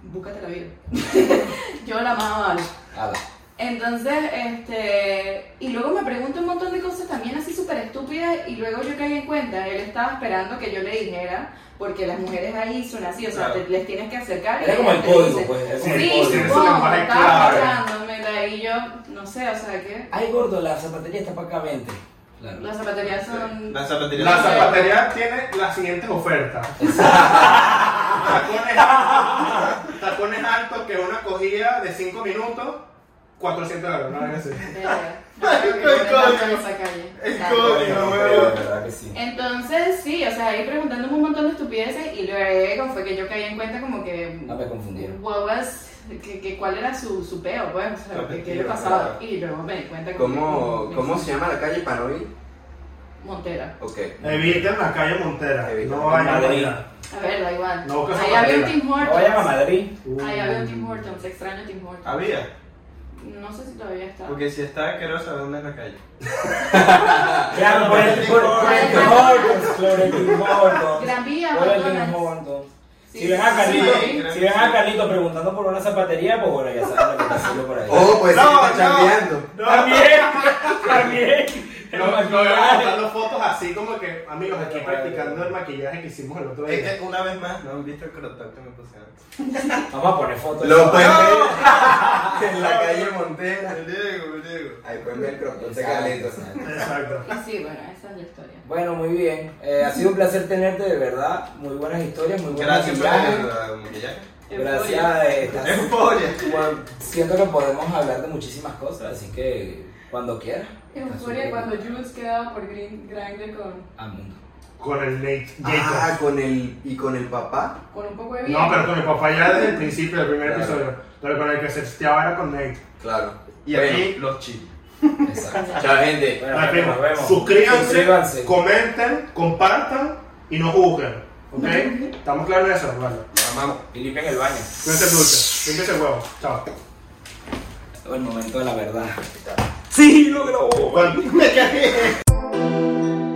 Speaker 3: búscate la vida. yo la más amable.
Speaker 5: Ala.
Speaker 3: Entonces, este, y luego me pregunto un montón de cosas también así súper estúpidas y luego yo caí en cuenta, él estaba esperando que yo le dijera, porque las mujeres ahí son así, o sea,
Speaker 4: Claro.
Speaker 3: te- les tienes que acercar. y
Speaker 5: Era como el
Speaker 3: ellas te
Speaker 5: código,
Speaker 3: dicen,
Speaker 5: pues. Era como el
Speaker 3: Sí,
Speaker 2: sí,
Speaker 5: código.
Speaker 2: eso me
Speaker 3: supongo,
Speaker 2: parece
Speaker 3: estaba
Speaker 2: claro.
Speaker 3: pasándomela y yo, no sé, o sea, que
Speaker 5: Ay, gordo, la zapatería está para acá, vente. Claro.
Speaker 3: las zapaterías son...
Speaker 4: La zapatería.
Speaker 2: La zapatería tiene las siguientes ofertas. tacones, altos- tacones altos que una cogida de 5 minutos, 400 euros. No, no sé.
Speaker 3: verga,
Speaker 4: Ay,
Speaker 3: creo que
Speaker 4: qué
Speaker 3: no me lanzo en
Speaker 4: coño.
Speaker 3: esa calle.
Speaker 4: Es
Speaker 3: Claro.
Speaker 4: coño.
Speaker 5: Coño,
Speaker 4: no,
Speaker 5: pero
Speaker 4: huevo.
Speaker 5: de verdad que sí.
Speaker 3: Entonces, sí, o sea, ahí preguntándome un montón de estupideces y luego fue que yo caí en cuenta como que...
Speaker 5: No me confundieron.
Speaker 3: huevas, que, que cuál era su, su peo, pues, o sea, que, que le
Speaker 4: Repetido,
Speaker 3: pasaba.
Speaker 4: claro.
Speaker 3: Y luego me di cuenta que-
Speaker 1: ¿Cómo, ¿Cómo se llama la calle para hoy?
Speaker 3: Montera.
Speaker 1: Ok.
Speaker 2: Eviten la calle Montera.
Speaker 1: Eviten.
Speaker 2: No vayan para
Speaker 5: Madrid.
Speaker 2: allá.
Speaker 3: A ver, da igual.
Speaker 2: No, Mm. que
Speaker 3: Ahí
Speaker 2: esa
Speaker 3: había un
Speaker 2: manera.
Speaker 3: Tim
Speaker 5: No vayan a
Speaker 3: Hortons.
Speaker 5: Madrid.
Speaker 3: Ahí había un Tim Hortons, extraño Tim Hortons.
Speaker 4: Había.
Speaker 3: No sé si todavía está.
Speaker 4: Porque si está, quiero saber dónde es la calle.
Speaker 5: Claro, por el por- por el Tim Hortons, por el Tim Hortons.
Speaker 3: Gran Vía,
Speaker 5: Por el Tim
Speaker 3: McDonald's.
Speaker 5: Hortons.
Speaker 3: Sí,
Speaker 5: Si ven a
Speaker 3: sí,
Speaker 5: Carlito,
Speaker 3: sí.
Speaker 5: si ven a Carlito preguntando por una zapatería, pues bueno, ya saben lo que está haciendo por ahí.
Speaker 1: Oh, pues
Speaker 4: No,
Speaker 1: sí, está
Speaker 4: no.
Speaker 1: chambeando.
Speaker 5: También, también. El
Speaker 2: No, no voy a
Speaker 5: maquillaje.
Speaker 2: mandar las fotos así como que, amigos, aquí practicando el maquillaje que hicimos el otro día.
Speaker 4: Es
Speaker 5: Este-
Speaker 4: que Eh, una vez más no han visto el crotón que me pusieron.
Speaker 5: Vamos a poner fotos.
Speaker 1: Lo pueden ver en la calle Montera.
Speaker 4: Me digo, me digo.
Speaker 1: Ahí pueden ver el crotón de Carlitos.
Speaker 5: Exacto.
Speaker 2: Exacto.
Speaker 3: Y Ah, sí, bueno, esa es la historia.
Speaker 5: Bueno, muy bien. Eh, ha sido un placer tenerte, de verdad. Muy buenas historias, muy buenas
Speaker 4: Gracias por
Speaker 5: historias.
Speaker 4: la maquillaje.
Speaker 5: Gracias. eh, estás-
Speaker 4: Euforia.
Speaker 5: bueno, siento que podemos hablar de muchísimas cosas, así que cuando quieras. estás
Speaker 3: Euforia
Speaker 5: súper-
Speaker 3: cuando Jules quedaba por Green Grinder con,
Speaker 5: Al mundo.
Speaker 2: Con el Nate Jacobs.
Speaker 1: Ah, con el, y con el papá.
Speaker 3: con un poco de vida.
Speaker 2: No, pero con mi papá ya desde el principio del primer
Speaker 5: Claro.
Speaker 2: episodio. Pero con el que se hostiaba era con Nate.
Speaker 1: Claro.
Speaker 4: Y aquí los chips.
Speaker 5: Exacto.
Speaker 1: Chao, gente.
Speaker 5: Bueno,
Speaker 2: La prima.
Speaker 5: nos vemos.
Speaker 2: Suscríbanse,
Speaker 5: Suscríbanse.
Speaker 2: comenten, compartan y no juzguen. ¿Ok? ¿Estamos claros en eso? Vale.
Speaker 4: Mamamos.
Speaker 5: Y limpien el baño.
Speaker 2: Cuídense el dulce. Cuídense el huevo. Chao.
Speaker 5: El momento de la verdad. Sí, lo grabó.
Speaker 2: Bueno, me caí.